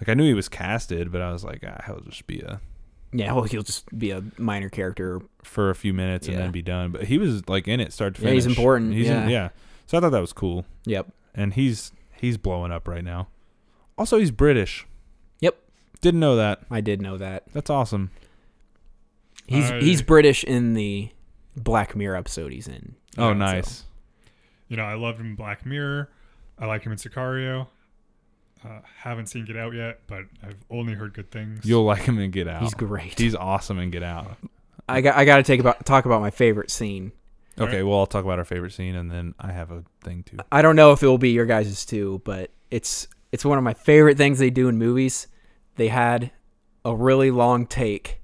C: Like I knew he was casted, but I was like, ah, he'll just be a
A: Yeah. Well, he'll just be a minor character.
C: for a few minutes and
A: Yeah.
C: then be done. But he was like in it start to
A: Yeah,
C: finish.
A: he's important,
C: He's in-
A: yeah.
C: yeah. So I thought that was cool.
A: Yep.
C: and he's he's blowing up right now. Also, he's British.
A: Yep.
C: Didn't know that.
A: I did know that.
C: That's awesome.
A: He's
B: I-
A: he's British in the Black Mirror episode he's in.
C: Oh,
A: Yeah, so-
C: nice.
B: You know, I loved him in Black Mirror. I like him in Sicario. Uh, haven't seen Get Out yet, but I've only heard good things.
C: You'll like him in Get Out.
A: He's great.
C: He's awesome in Get Out.
A: I got I got to take about talk about my favorite scene.
C: Okay, well, I'll talk about our favorite scene, and then I have a thing too.
A: I don't know if it will be your guys' too, but it's it's one of my favorite things they do in movies. They had a really long take,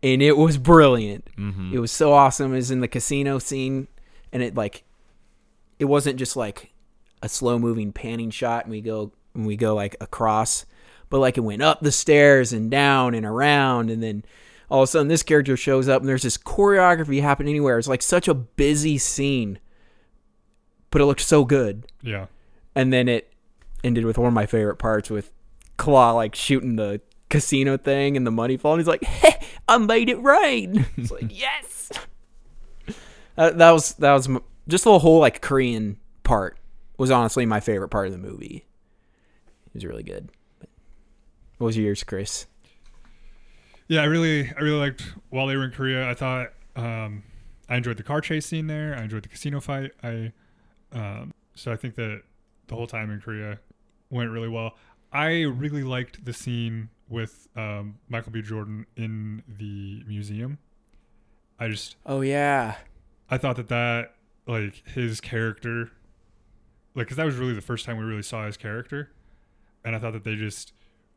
A: and it was brilliant.
C: Mm-hmm.
A: It was so awesome. It was in the casino scene, and it like it wasn't just like a slow moving panning shot and we go and we go like across but like it went up the stairs and down and around and then all of a sudden this character shows up and there's this choreography happening anywhere it's like such a busy scene but it looked so good
B: Yeah.
A: and then it ended with one of my favorite parts with claw like shooting the casino thing and the money falling he's like hey, i made it rain it's like yes Uh, that was that was m- just the whole like korean part was honestly my favorite part of the movie it was really good what was yours chris
B: Yeah, I really, I really liked while they were in Korea. I thought um, I enjoyed the car chase scene there. I enjoyed the casino fight. I um, so I think that the whole time in Korea went really well. I really liked the scene with um, Michael B. Jordan in the museum. I just
A: oh yeah
B: I thought that that like his character, like, because that was really the first time we really saw his character, and I thought that they just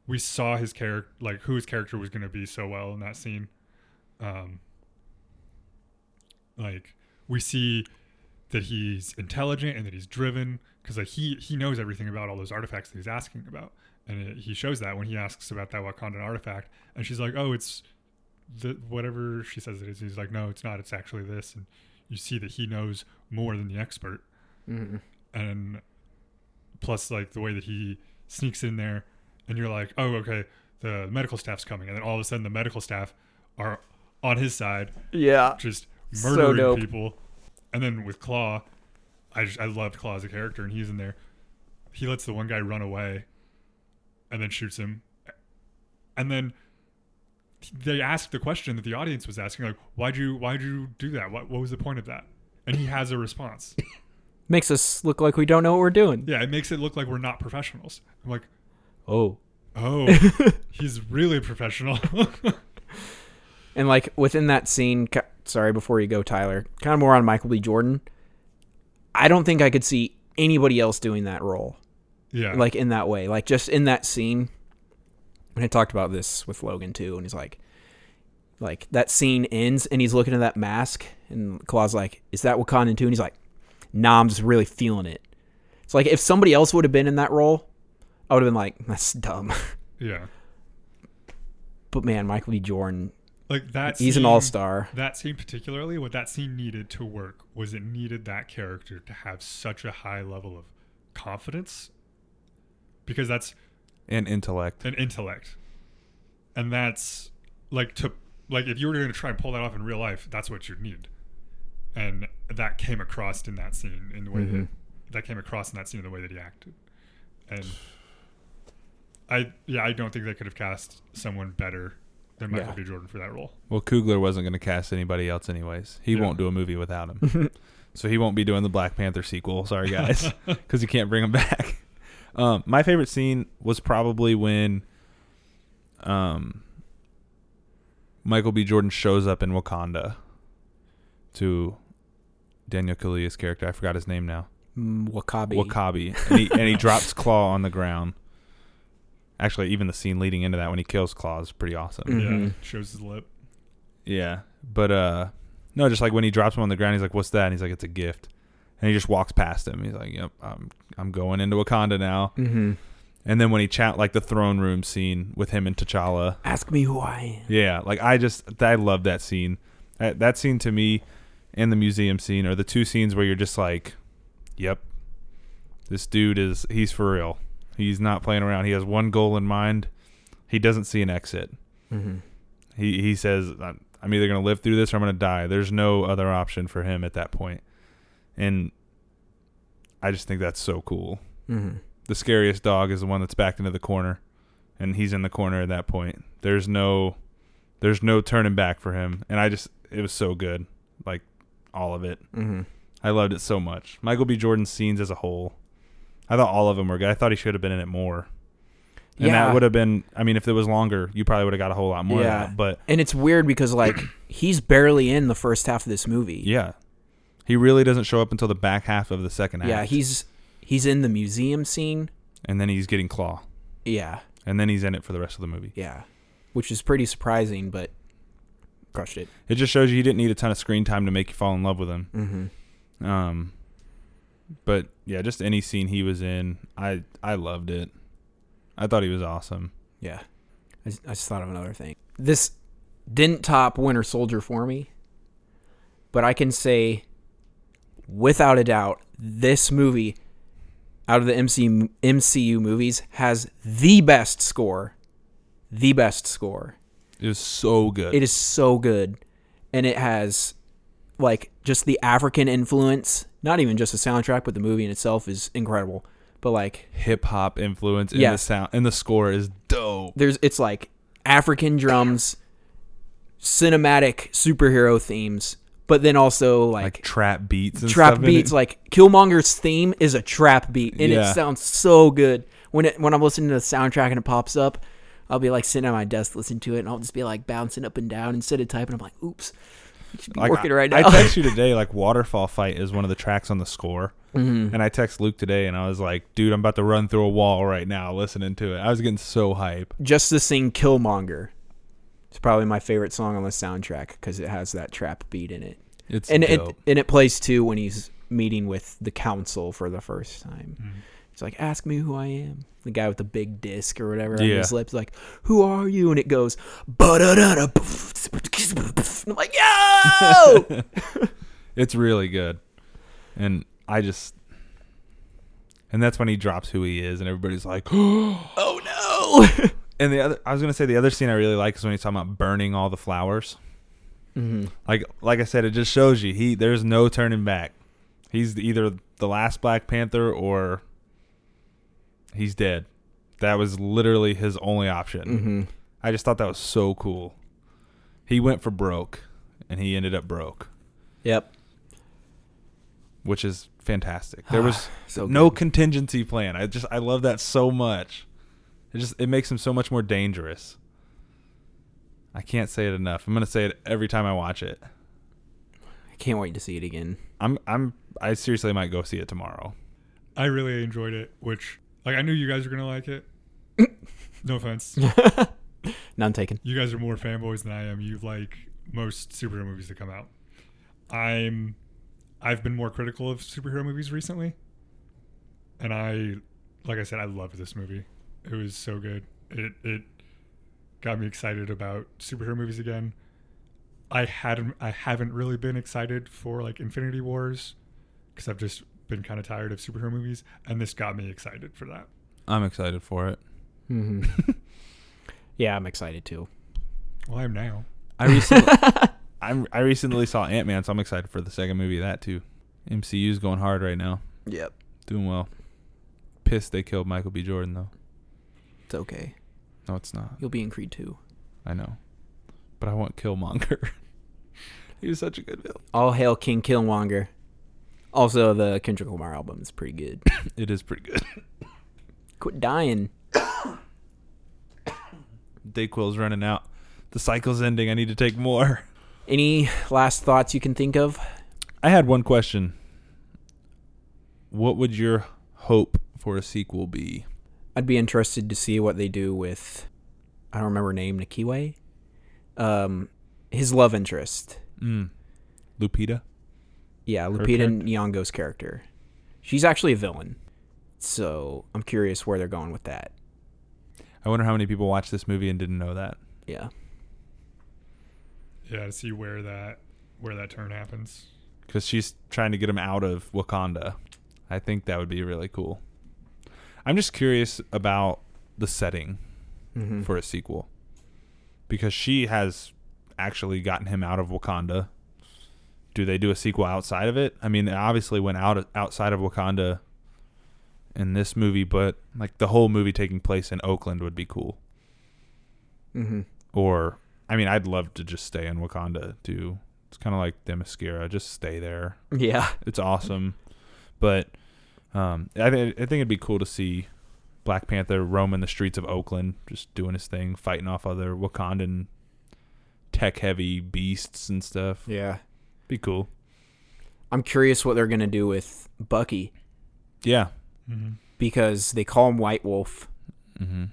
B: we saw his character, like who his character was going to be so well in that scene. Um, like we see that he's intelligent and that he's driven because like he he knows everything about all those artifacts that he's asking about, and it, he shows that when he asks about that Wakandan artifact, and she's like, "Oh, it's." The, whatever she says it is, he's like, no, it's not. It's actually this, and you see that he knows more than the expert
A: Mhm.
B: and plus like the way that he sneaks in there and you're like oh okay the medical staff's coming and then all of a sudden the medical staff are on his side
A: yeah
B: just
A: So
B: murdering
A: dope.
B: people and then with claw I, just, I loved claw as a character and he's in there he lets the one guy run away and then shoots him and then they ask the question that the audience was asking like why'd you why'd you do that what, what was the point of that and he has a response
A: makes us look like we don't know what we're doing
B: yeah, it makes it look like we're not professionals. I'm like,
A: oh
B: oh, he's really professional.
A: And like within that scene, ki- sorry, before you go, Tyler, kind of more on Michael B. Jordan. I don't think I could see anybody else doing that role,
B: yeah,
A: like in that way, like just in that scene. And I talked about this with Logan too, and he's like, like that scene ends, and he's looking at that mask, and Claw's like, "Is that Wakandan too?" And he's like, "Nah, I'm just really feeling it." It's like if somebody else would have been in that role, I would have been like, "That's dumb."
B: yeah,
A: But man, Michael B. Jordan,
B: like that.
A: he's an
B: scene-
A: all star.
B: That scene particularly, what that scene needed to work was it needed that character to have such a high level of confidence, because that's
C: and intellect.
B: an intellect, and that's like to like if you were going to try and pull that off in real life, that's what you'd need, and that came across in that scene in the way that
A: Mhm.
B: that came across in that scene in the way that he acted. And I yeah, I don't think they could have cast someone better than Michael
A: Yeah.
B: B. Jordan for that role.
C: Well, Kugler wasn't going to cast anybody else, anyways. He
B: Yeah.
C: won't do a movie without him, so he won't be doing the Black Panther sequel. Sorry, guys, because you can't bring him back. Um, my favorite scene was probably when, um, Michael B. Jordan shows up in Wakanda to Daniel Kaluuya's character. I forgot his name now.
A: Mm, Wakabi.
C: Wakabi, and he, and he drops Claw on the ground. Actually, even the scene leading into that when he kills Claw is pretty awesome.
B: Yeah.
A: Mhm.
B: Shows his lip.
C: Yeah. But uh no, just like when he drops him on the ground, he's like, What's that? And he's like, It's a gift. And he just walks past him. He's like, Yep, I'm I'm going into Wakanda now.
A: Mm-hmm.
C: And then when he chat like the throne room scene with him and T'Challa.
A: Ask me who I am.
C: Yeah, like I just I love that scene. That, that scene to me and the museum scene are the two scenes where you're just like, yep. This dude is he's for real. He's not playing around. He has one goal in mind. He doesn't see an exit.
A: Mm-hmm.
C: He he says I'm I'm either going to live through this or I'm going to die. There's no other option for him at that point. And I just think that's so cool.
A: Mm-hmm.
C: The scariest dog is the one that's backed into the corner and he's in the corner at that point. There's no there's no turning back for him. And I just it was so good. Like all of it.
A: Mm-hmm.
C: I loved it so much. Michael B. Jordan's scenes as a whole. I thought all of them were good. I thought he should have been in it more. And
A: yeah,
C: that would have been I mean, if it was longer, you probably would have got a whole lot more
A: Yeah.
C: of that. But
A: and it's weird because like he's barely in the first half of this movie.
C: Yeah. He really doesn't show up until the back half of the second act.
A: yeah, he's he's in the museum scene.
C: and then he's getting claw.
A: Yeah,
C: And then he's in it for the rest of the movie.
A: yeah, which is pretty surprising, but crushed it.
C: It just shows you he didn't need a ton of screen time to make you fall in love with him.
A: Mm-hmm.
C: Um, but yeah, just any scene he was in, I I loved it. I thought he was awesome.
A: Yeah. I just, I just thought of another thing. This didn't top Winter Soldier for me, but I can say without a doubt this movie out of the MCU, MCU movies has the best score. The best score.
C: It was so good.
A: It is so good. And it has like just the African influence, not even just the soundtrack, but the movie in itself is incredible. But like
C: Hip hop influence in
A: Yeah.
C: the sound and the score is dope.
A: there's it's like African drums, cinematic superhero themes, but then also
C: Like,
A: like,
C: trap beats and
A: trap
C: stuff in it.
A: beats. Like Killmonger's theme is a trap beat, and
C: Yeah.
A: it sounds so good. When it when I'm listening to the soundtrack and it pops up, I'll be like sitting at my desk listening to it, and I'll just be like bouncing up and down instead of typing. I'm like, oops, I should be
C: Like,
A: working right
C: I
A: now.
C: text you today like Waterfall Fight is one of the tracks on the score.
A: Mhm.
C: And I text Luke today and I was like, dude, I'm about to run through a wall right now listening to it. I was getting so hype.
A: Just to sing Killmonger. It's probably my favorite song on the soundtrack because it has that trap beat in it.
C: It's
A: and
C: dope.
A: it and it plays too when he's meeting with the council for the first time. He's like, "Ask me who I am." The guy with the big disc or whatever on
C: Yeah.
A: his lips, like, "Who are you?" And it goes, "Ba-da-da-da." And I'm like, "Yo!"
C: It's really good. And I just and that's when he drops who he is and everybody's like
A: oh no!
C: and the other I was gonna say the other scene I really like is when he's talking about burning all the flowers.
A: Mhm.
C: Like like I said, it just shows you he there's no turning back. He's either the last Black Panther or he's dead. That was literally his only option.
A: Mhm.
C: I just thought that was so cool. He went for broke and he ended up broke,
A: Yep.
C: which is fantastic. There was
A: So
C: no
A: good.
C: contingency plan. I just I love that so much. It just it makes him so much more dangerous. I can't say it enough. I'm gonna say it every time I watch it.
A: I can't wait to see it again.
C: I'm I'm I seriously might go see it tomorrow.
B: I really enjoyed it, which like I knew you guys were gonna like it. no offense,
A: None taken.
B: you guys are more fanboys than I am. You like most superhero movies that come out. I'm, I've been more critical of superhero movies recently, and I, like I said, I loved this movie. It was so good. It it got me excited about superhero movies again. I hadn't I haven't really been excited for like Infinity Wars because I've just been kind of tired of superhero movies, and this got me excited for that.
C: I'm excited for it.
A: hmm yeah, I'm excited too.
B: Well, I am now.
C: I recently I'm, I recently saw Ant Man, so I'm excited for the second movie of that too. MCU's going hard right now,
A: Yep.
C: doing well. Pissed they killed Michael B. Jordan though.
A: It's okay.
C: No, it's not.
A: You'll be in Creed 2.
C: I know, but I want Killmonger. he was such a good villain.
A: All hail King Killmonger. Also, the Kendrick Lamar album is pretty good.
C: It is pretty good.
A: Quit dying.
C: Dayquil's running out. The cycle's ending. I need to take more.
A: Any last thoughts you can think of?
C: I had one question. What would your hope for a sequel be?
A: I'd be interested to see what they do with I don't remember her name, Nikiwe. Um his love interest.
C: Mm. Lupita.
A: Yeah,
C: character?
A: Lupita Nyong'o's character. She's actually a villain. So, I'm curious where they're going with that.
C: I wonder how many people watched this movie and didn't know that.
A: Yeah.
B: Yeah, to see where that where that turn happens.
C: because she's trying to get him out of Wakanda. I think that would be really cool. I'm just curious about the setting
A: Mhm.
C: for a sequel because she has actually gotten him out of Wakanda. Do they do a sequel outside of it? I mean, they obviously went out outside of Wakanda in this movie, but like the whole movie taking place in Oakland would be cool.
A: Mhm.
C: Or, I mean, I'd love to just stay in Wakanda too. It's kind of like Themyscira, just stay there
A: Yeah.
C: it's awesome. But um, I, th- I think it'd be cool to see Black Panther roaming the streets of Oakland, just doing his thing, fighting off other Wakandan tech-heavy beasts and stuff.
A: Yeah.
C: Be cool.
A: I'm curious what they're going to do with Bucky
C: Yeah.
B: Mm-hmm.
A: because they call him White Wolf.
C: Mm-hmm.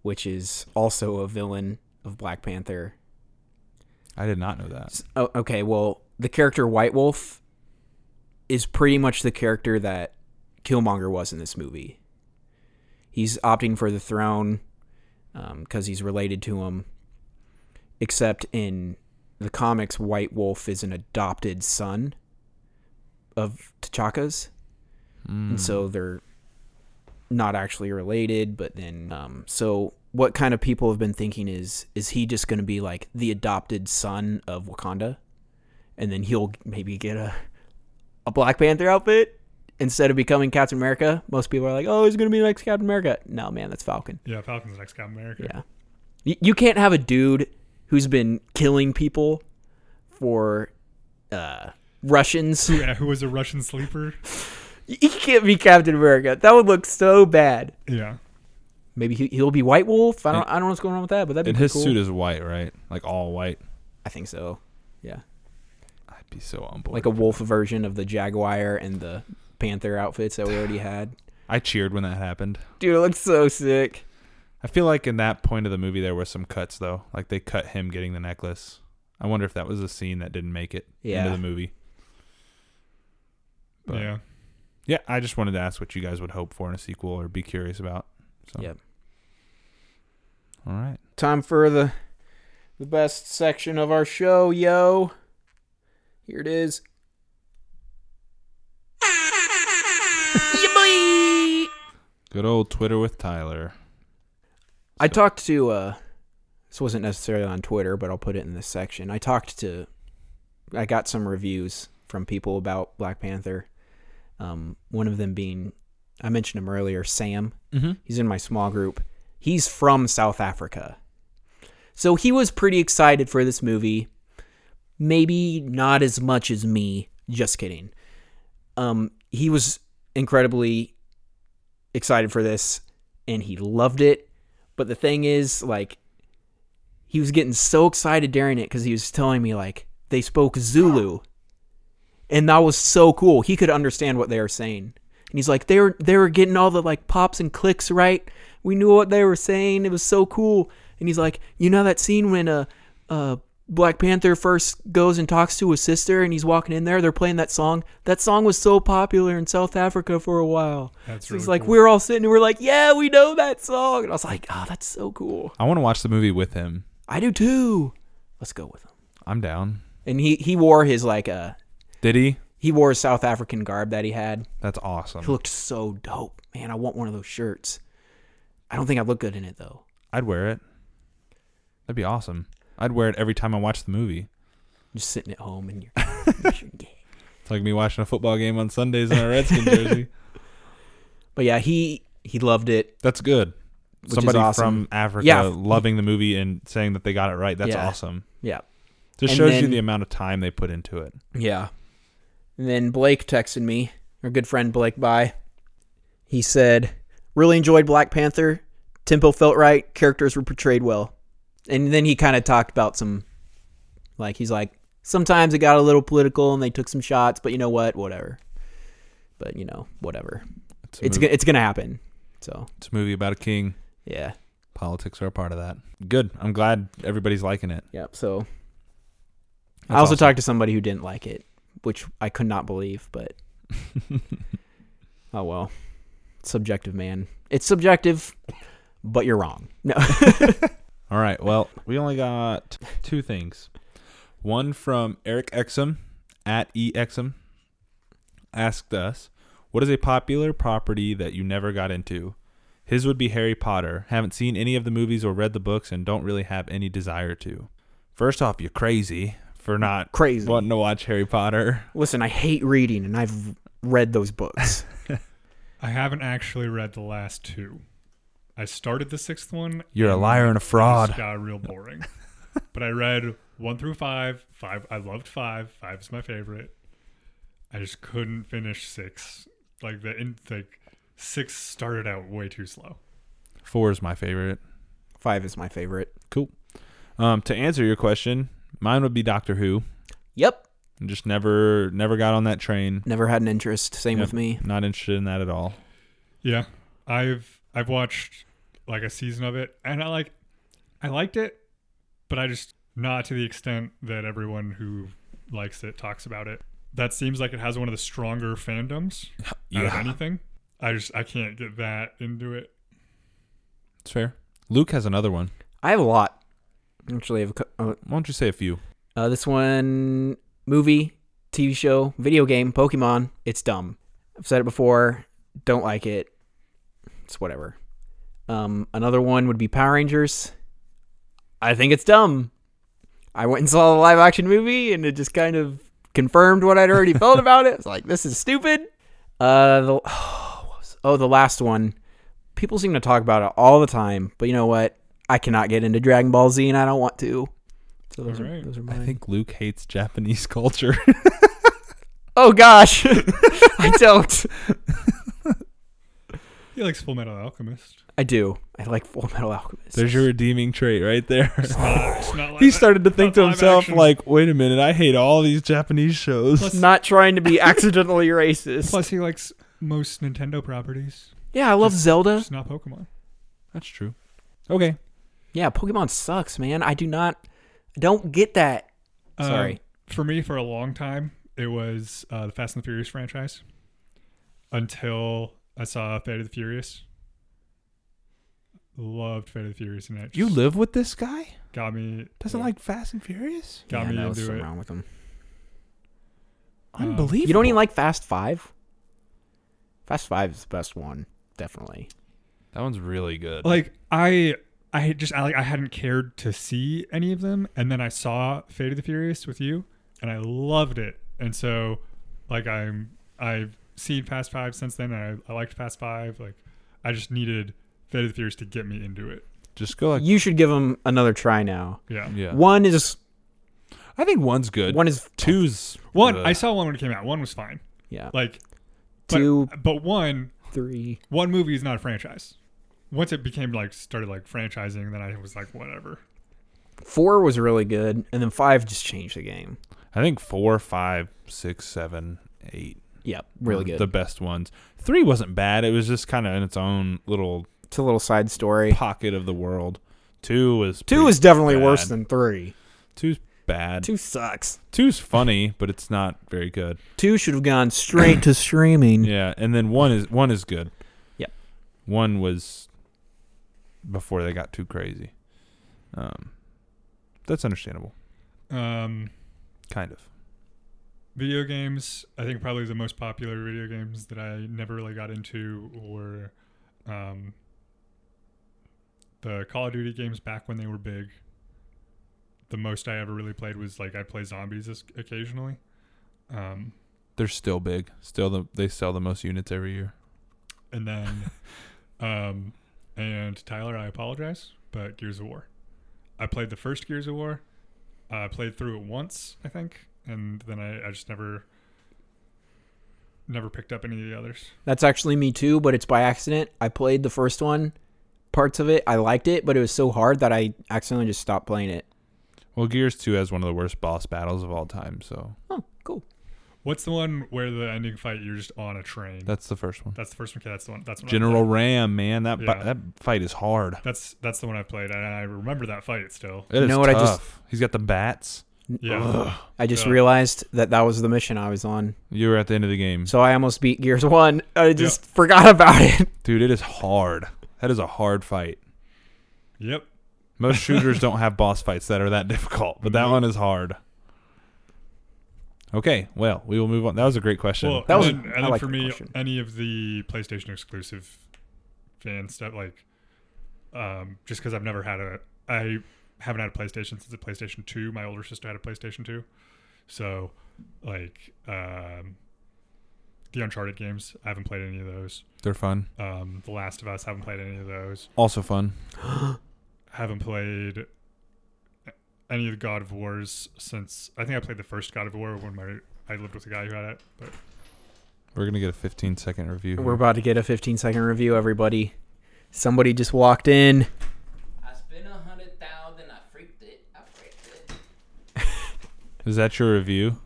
A: which is also a villain of Black Panther.
C: I did not know that.
A: S- Oh, okay, well, the character White Wolf is pretty much the character that Killmonger was in this movie. He's opting for the throne because he's related to him. Except in the comics, White Wolf is an adopted son of T'Chaka's and so they're not actually related but then um, so what kind of people have been thinking is is he just going to be like the adopted son of wakanda and then he'll maybe get a a black panther outfit instead of becoming captain america most people are like oh he's going to be the next captain america no man that's falcon
B: Yeah, Falcon's the next Captain America.
A: yeah. You, you can't have a dude who's been killing people for uh, Russians.
B: Who, yeah, who was a Russian sleeper?
A: He can't be Captain America. That would look so bad.
B: Yeah,
A: Maybe he, he'll be White Wolf. I don't, I don't know what's going on with that, but that'd
C: and
A: be
C: his
A: cool.
C: suit is white, right? Like all white.
A: I think so. Yeah,
C: I'd be so on board.
A: like a wolf version of the Jaguar and the Panther outfits that we already had.
C: I cheered when that happened.
A: Dude, it looks so sick.
C: I feel like in that point of the movie there were some cuts though. Like they cut him getting the necklace. I wonder if that was a scene that didn't make it into
A: Yeah.
C: the movie. But-
B: yeah.
C: Yeah, I just wanted to ask what you guys would hope for in a sequel or be curious about. So.
A: Yep.
C: All right.
A: Time for the the best section of our show, yo. Here it is.
C: Good old Twitter with Tyler.
A: I talked to uh this wasn't necessarily on Twitter, but I'll put it in this section. I talked to I got some reviews from people about Black Panther. Um one of them being I mentioned him earlier, Sam.
C: Mm-hmm.
A: He's in my small group. He's from South Africa. So he was pretty excited for this movie. Maybe not as much as me. Just kidding. Um, he was incredibly excited for this and he loved it. But the thing is, like, he was getting so excited during it because he was telling me, like, they spoke Zulu. And that was so cool. He could understand what they were saying. And he's like, they were they were getting all the like pops and clicks right. We knew what they were saying. It was so cool. And he's like, you know that scene when uh uh Black Panther first goes and talks to his sister and he's walking in there, they're playing that song. That song was so popular in South Africa for a while.
B: That's
A: so he's
B: really
A: like,
B: cool.
A: we were all sitting and we're like, Yeah, we know that song. And I was like, Oh, that's so cool.
C: I want to watch the movie with him.
A: I do too. Let's go with him.
C: I'm down.
A: And he, he wore his like uh
C: Did he?
A: he wore his South African garb that he had.
C: That's awesome.
A: It looked so dope. Man, I want one of those shirts. I don't think I'd look good in it though.
C: I'd wear it. That'd be awesome. I'd wear it every time I watch the movie.
A: Just sitting at home and you're. yeah.
C: It's like me watching a football game on Sundays in a Redskin jersey.
A: But yeah, he he loved it.
C: That's good.
A: Which is
C: Somebody
A: awesome.
C: from Africa
A: Yeah.
C: loving the movie and saying that they got it right. That's
A: Yeah.
C: awesome.
A: Yeah,
C: Just
A: And
C: shows you
A: then-
C: the amount of time they put into it.
A: yeah. And then Blake texted me, our good friend Blake by. He said, "Really enjoyed Black Panther. Tempo felt right. Characters were portrayed well." And then he kind of talked about some, like he's like, sometimes it got a little political and they took some shots, but you know what? Whatever. But you know, whatever.
C: It's a,
A: It's
C: movie,
A: go- it's gonna happen. So
C: it's a movie about a king.
A: yeah.
C: Politics are a part of that. Good. I'm glad everybody's liking it.
A: Yep. So
C: That's
A: I also
C: awesome.
A: talked to somebody who didn't like it, which I could not believe, but oh well. Subjective, man. It's subjective, but you're wrong. No.
C: All right. Well, we only got two things. One from Eric Exum at E Exum asked us, "What is a popular property that you never got into?" His would be Harry Potter. Haven't seen any of the movies or read the books, and don't really have any desire to. First off, you're crazy for not
A: Crazy.
C: wanting to watch Harry Potter.
A: Listen, I hate reading and I've read those books.
B: I haven't actually read the last two. I started the sixth one.
C: You're a liar and a
B: Just
C: fraud.
B: got real boring. but I read one through five. Five, I loved five. Five is my favorite. I just couldn't finish six. Like the in like six started out way too slow.
C: Four is my favorite.
A: Five is my favorite.
C: Um, to answer your question, mine would be Doctor Who.
A: Yep.
C: Just never, never got on that train.
A: Never had an interest. Same
C: Yep.
A: with me.
C: Not interested in that at all.
B: Yeah, I've I've watched like a season of it, and I like I liked it, but I just not to the extent that everyone who likes it talks about it. that seems like it has one of the stronger fandoms out of anything. I just I can't get that into it.
C: it's fair. Luke has another one.
A: I have a lot. Actually, I have a, cou- uh,
C: Why don't you say a few?
A: Uh, this one movie, TV show, video game, Pokemon. It's dumb. I've said it before. Don't like it. It's whatever. Um, another one would be Power Rangers. I think it's dumb. I went and saw the live action movie, and it just kind of confirmed what I'd already felt about it. It's like this is stupid. Uh, the, what was- oh, the last one. People seem to talk about it all the time, but you know what? I cannot get into Dragon Ball Z, and I don't want to. So those, are,
B: Alright.
A: those are
C: I
A: mine.
C: think Luke hates Japanese culture.
A: Oh gosh, I don't.
B: He likes Full Metal Alchemist.
A: I do. I like Full Metal Alchemist.
C: There's your redeeming trait right there.
B: It's not, it's not like
C: he started to think to
B: Live
C: himself,
B: action.
C: like, wait a minute, I hate all these Japanese shows.
B: Plus-
A: not trying to be accidentally racist.
B: Plus, he likes most Nintendo properties.
A: yeah, I love Zelda.
B: It's not Pokemon.
C: That's true. Okay.
A: Yeah, Pokemon sucks, man. I do not. I don't get that.
C: Uh,
B: Um,
A: Sorry.
B: for me, for a long time, it was uh, the Fast and the Furious franchise until I saw Fate of the Furious. Loved Fate of the Furious, and that
C: You
B: just
C: live with this guy?
B: got me
C: Doesn't
A: Yeah.
C: like Fast and Furious?
B: got
A: yeah,
B: me
A: no,
B: into
A: something
B: it.
A: wrong with them.
B: Um,
C: Unbelievable.
A: You don't even like Fast Five. Fast Five is the best one, definitely.
C: That one's really good.
B: Like I, I just I, like, I hadn't cared to see any of them, and then I saw Fate of the Furious with you, and I loved it. And so, like I'm I've seen Fast Five since then, and I, I liked Fast Five. Like I just needed Fate of the Furious to get me into it.
C: Just go like
A: You should give them another try now.
B: Yeah.
C: Yeah.
A: One is
C: I think one's good.
A: one is
C: Two's
B: One,
C: uh,
B: I saw one when it came out. One was fine.
A: yeah
B: Like, but,
A: two
B: but one,
A: three.
B: one movie is not a franchise. Once it became like started like franchising, then I was like, whatever.
A: Four was really good, and then five just changed the game.
C: I think four, five, six, seven, eight.
A: Yeah, really
C: were
A: good.
C: Uh, The best ones. Three wasn't bad. It was just kind of in its own little
A: it's a little side story.
C: pocket of the world. Two was
A: Two
C: pretty-
A: is definitely worse
C: bad.
A: than three.
C: two's bad.
A: Two sucks.
C: Two's funny, but it's not very good.
A: Two should have gone straight to streaming.
C: Yeah, and then one is one is good.
A: Yep.
C: One was before they got too crazy. Um, that's understandable,
B: Um,
C: kind of.
B: video games i think probably the most popular video games that i never really got into were um, the call of duty games back when they were big the most i ever really played was like i play zombies as- occasionally um,
C: They're still big. Still, the, they sell the most units every year.
B: and then um, and tyler i apologize but gears of war i played the first gears of war i played through it once i think and then i, I just never never picked up any of the others
A: That's actually me too, but it's by accident. I played the first one, parts of it. I liked it, but it was so hard that I accidentally just stopped playing it.
C: Well, Gears Two has one of the worst boss battles of all time, so
A: Oh, cool.
B: What's the one where the ending fight you're just on a train?
C: that's the first one.
B: that's the first one. Okay, that's the one. That's the one I
C: General
B: played.
C: Ram, man, that bu-
B: Yeah.
C: that fight is hard.
B: That's that's the one I played, and I remember that fight still.
C: It is
A: You know what I
C: tough.
A: just-
C: He's got the bats.
B: Yeah.
A: I just
B: Yeah.
A: realized that that was the mission I was on.
C: You were at the end of the game,
A: So I almost beat Gears 1. I just forgot about it.
C: dude. It is hard. That is a hard fight.
B: Yep.
C: Most shooters don't have boss fights that are that difficult, but that one is hard. Okay, well, we will move on. That was a great question.
B: Well,
A: That was-
B: and, then-
A: I
B: and then
A: like
B: for
A: that
B: me,
A: question.
B: any of the PlayStation exclusive fan stuff, like, um, just because I've never had a, I haven't had a PlayStation since the PlayStation Two. My older sister had a PlayStation Two, so like, um, the Uncharted games, I haven't played any of those.
C: They're fun.
B: Um, the Last of Us, haven't played any of those.
C: Also fun.
B: haven't played any of the God of Wars since I think I played the first God of War when my I lived with a guy who had it. But
C: We're going to get a 15 second review.
A: We're
C: here.
A: about to get a 15 second review, everybody. Somebody just walked in.
E: I spent a hundred thousand. I freaked it. I freaked it.
C: is that your review?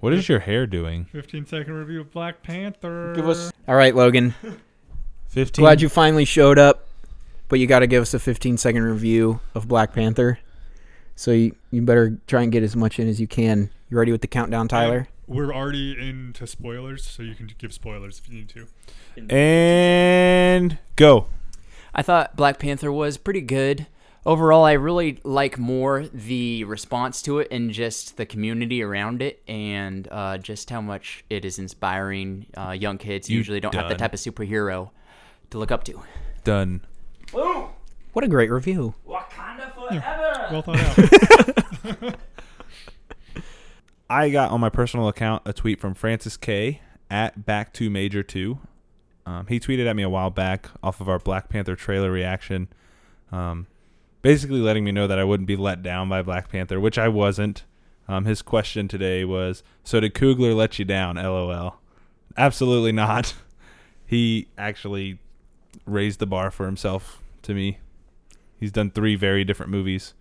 C: What is your hair doing?
B: 15 second review of Black Panther.
A: Give us. All right, Logan.
C: 15.
A: Glad you finally showed up, but you got to give us a 15 second review of Black Panther. So you, you better try and get as much in as you can. You ready with the countdown, Tyler?
B: We're already into spoilers, so you can give spoilers if you need to.
C: And go.
E: I thought Black Panther was pretty good. Overall, I really like more the response to it and just the community around it, and uh, just how much it is inspiring uh, young kids. who
C: You
E: usually don't have the
C: done.
E: type of superhero to look up to.
C: Done.
A: What a great review.
E: Wakanda forever.
B: Well thought out.
C: I got on my personal account a tweet from Francis K at back to major two. Um, he tweeted at me a while back off of our Black Panther trailer reaction, um, basically letting me know that I wouldn't be let down by Black Panther, which I wasn't. Um, his question today was, "So did Coogler let you down?" LOL. Absolutely not. He actually raised the bar for himself to me. He's done three very different movies,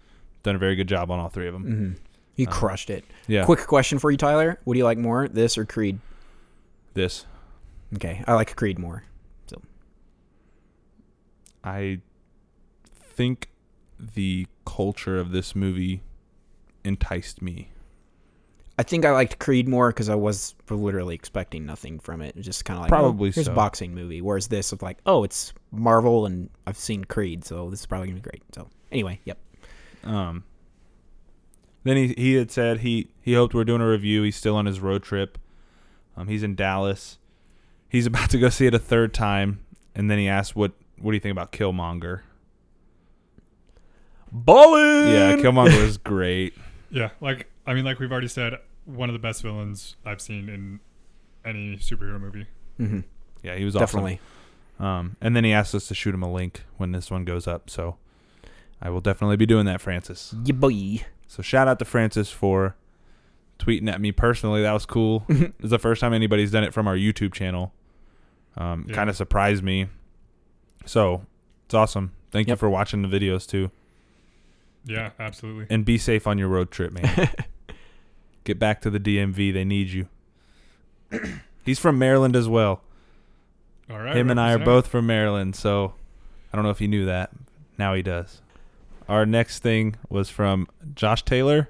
C: done a very good job on all three of
A: Mm.
C: them.
A: Mm-hmm. You crushed it.
C: Uh, Yeah,
A: Quick question for you, Tyler. What do you like more, this or Creed?
C: this.
A: Okay, I like Creed more.
C: I think the culture of this movie enticed me.
A: I think I liked Creed more because I was literally expecting nothing from it. It was Just kind of like oh,
C: Probably
A: here's
C: so.
A: a boxing movie. Whereas this was like, oh, it's Marvel and I've seen Creed, so this is probably gonna be great. So anyway, yep.
C: Um, then he he had said he he hoped we're doing a review. He's still on his road trip. Um, he's in Dallas. He's about to go see it a third time, and then he asked, "What what do you think about Killmonger?"
A: Ballin.
C: Yeah, Killmonger was great.
B: yeah, like I mean, like we've already said, one of the best villains I've seen in any superhero movie.
A: hmm
C: Yeah, he was awesome.
A: Definitely.
C: Um, and then he asked us to shoot him a link when this one goes up. So I will definitely be doing that, Francis.
A: Yeah, boy.
C: So shout out to Francis for tweeting at me personally. That was cool. it was the first time anybody's done it from our YouTube channel. Um,
B: Yeah.
C: Kind of surprised me. So it's awesome. Thank you
A: Yep.
C: for watching the videos too.
B: Yeah, absolutely.
C: And be safe on your road trip, man. Get back to the DMV. They need you. He's from Maryland as well.
B: All right.
C: Him and I are
B: represent.
C: both from Maryland, so I don't know if he knew that. Now he does. Our next thing was from Josh Taylor.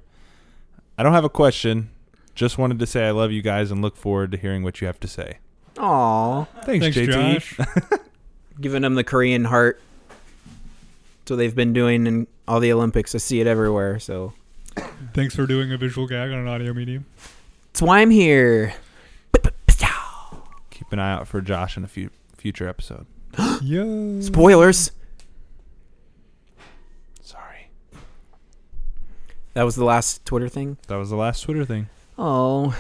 C: I don't have a question. Just wanted to say I love you guys and look forward to hearing what you have to say.
A: Aw,
C: Thanks,
B: Thanks,
C: JT.
B: Josh.
A: giving them the Korean heart. So they've been doing in all the Olympics. I see it everywhere. So
B: Thanks for doing a visual gag on an audio medium.
A: it's why I'm here.
C: Keep an eye out for Josh in a few, future episode.
B: Yo.
A: Spoilers.
C: Sorry.
A: That was the last Twitter thing.
C: That was the last Twitter thing.
A: Oh,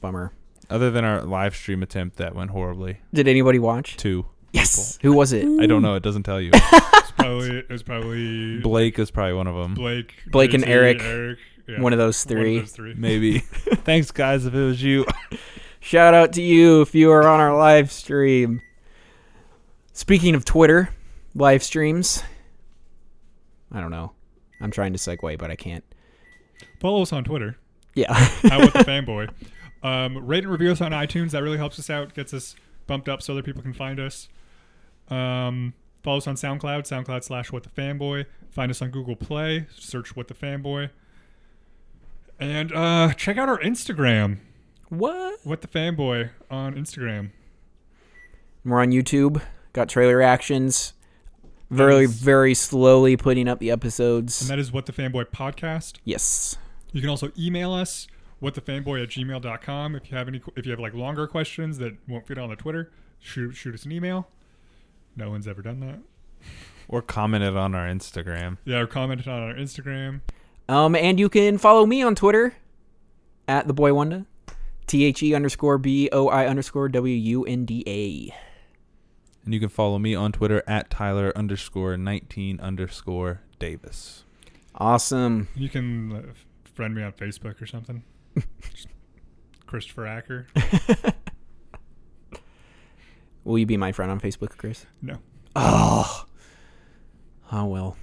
A: bummer.
C: Other than our live stream attempt that went horribly.
A: Did anybody watch?
C: Two.
A: Yes. Who was it?
C: I don't know. It doesn't tell you.
B: It's probably it was probably
C: Blake is probably one of them.
B: Blake,
A: Blake and
B: JT,
A: Eric.
B: Eric. Yeah,
A: One of those
B: one
A: three.
B: those three.
C: Maybe. Thanks, guys, if it was you.
A: Shout out to you if you are on our live stream. Speaking of Twitter live streams, I don't know. I'm trying to segue, but I can't.
B: Follow us on Twitter.
A: Yeah.
B: I with the fanboy. Um, rate and review us on iTunes. That really helps us out, gets us bumped up so other people can find us. Um, follow us on SoundCloud, SoundCloud slash What the Fanboy. Find us on Google Play. Search What the Fanboy. And uh, check out our Instagram,
A: what?
B: What the Fanboy on Instagram.
A: We're on YouTube. Got trailer reactions. Very,
B: Yes.
A: very slowly putting up the
B: And
A: episodes.
B: that is What the Fanboy Podcast.
A: Yes.
B: You can also email us, whatthefanboy at gmail.com. If you have any, if you have like longer questions that won't fit on the Twitter, shoot, shoot us an email. No one's ever done that.
C: Or commented on our Instagram.
B: Yeah, or commented on our Instagram.
A: Um, and you can follow me on Twitter at the boy Wanda. T H E underscore B O I underscore W U N D A.
C: And you can follow me on Twitter at Tyler underscore 19 underscore Davis.
A: Awesome.
B: You can uh, friend me on Facebook or something. Just Christopher Acker.
A: Will you be my friend on Facebook, Chris?
B: No.
A: Oh. Oh well.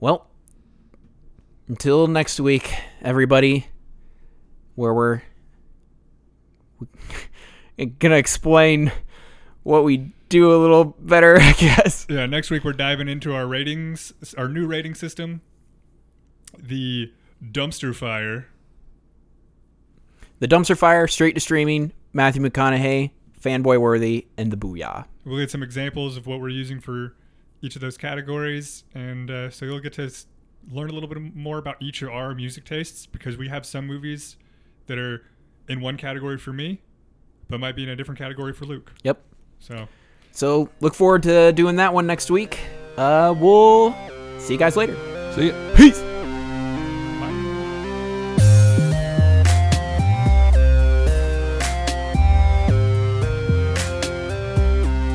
A: Well, until next week, everybody, where we're we're gonna explain what we do a little better, I guess.
B: Yeah, next week we're diving into our ratings, our new rating system. the dumpster fire.
A: The Dumpster Fire, straight to streaming, Matthew McConaughey, Fanboy Worthy, and The Booyah.
B: We'll get some examples of what we're using for each of those categories, and uh, so you'll get to s- learn a little bit more about each of our music tastes because we have some movies that are in one category for me, but might be in a different category for Luke.
A: Yep.
B: So
A: So look forward to doing that one next week. Uh, we'll see you guys later.
C: See ya.
A: Peace.
B: bye.
C: Okay. it works.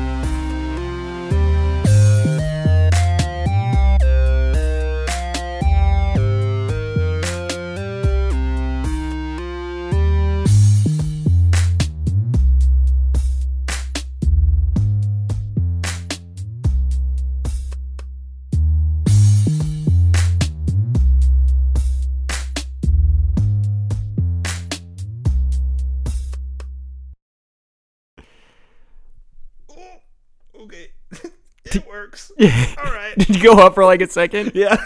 A: Yeah.
C: All right.
A: Did you go up for like a second?
C: Yeah.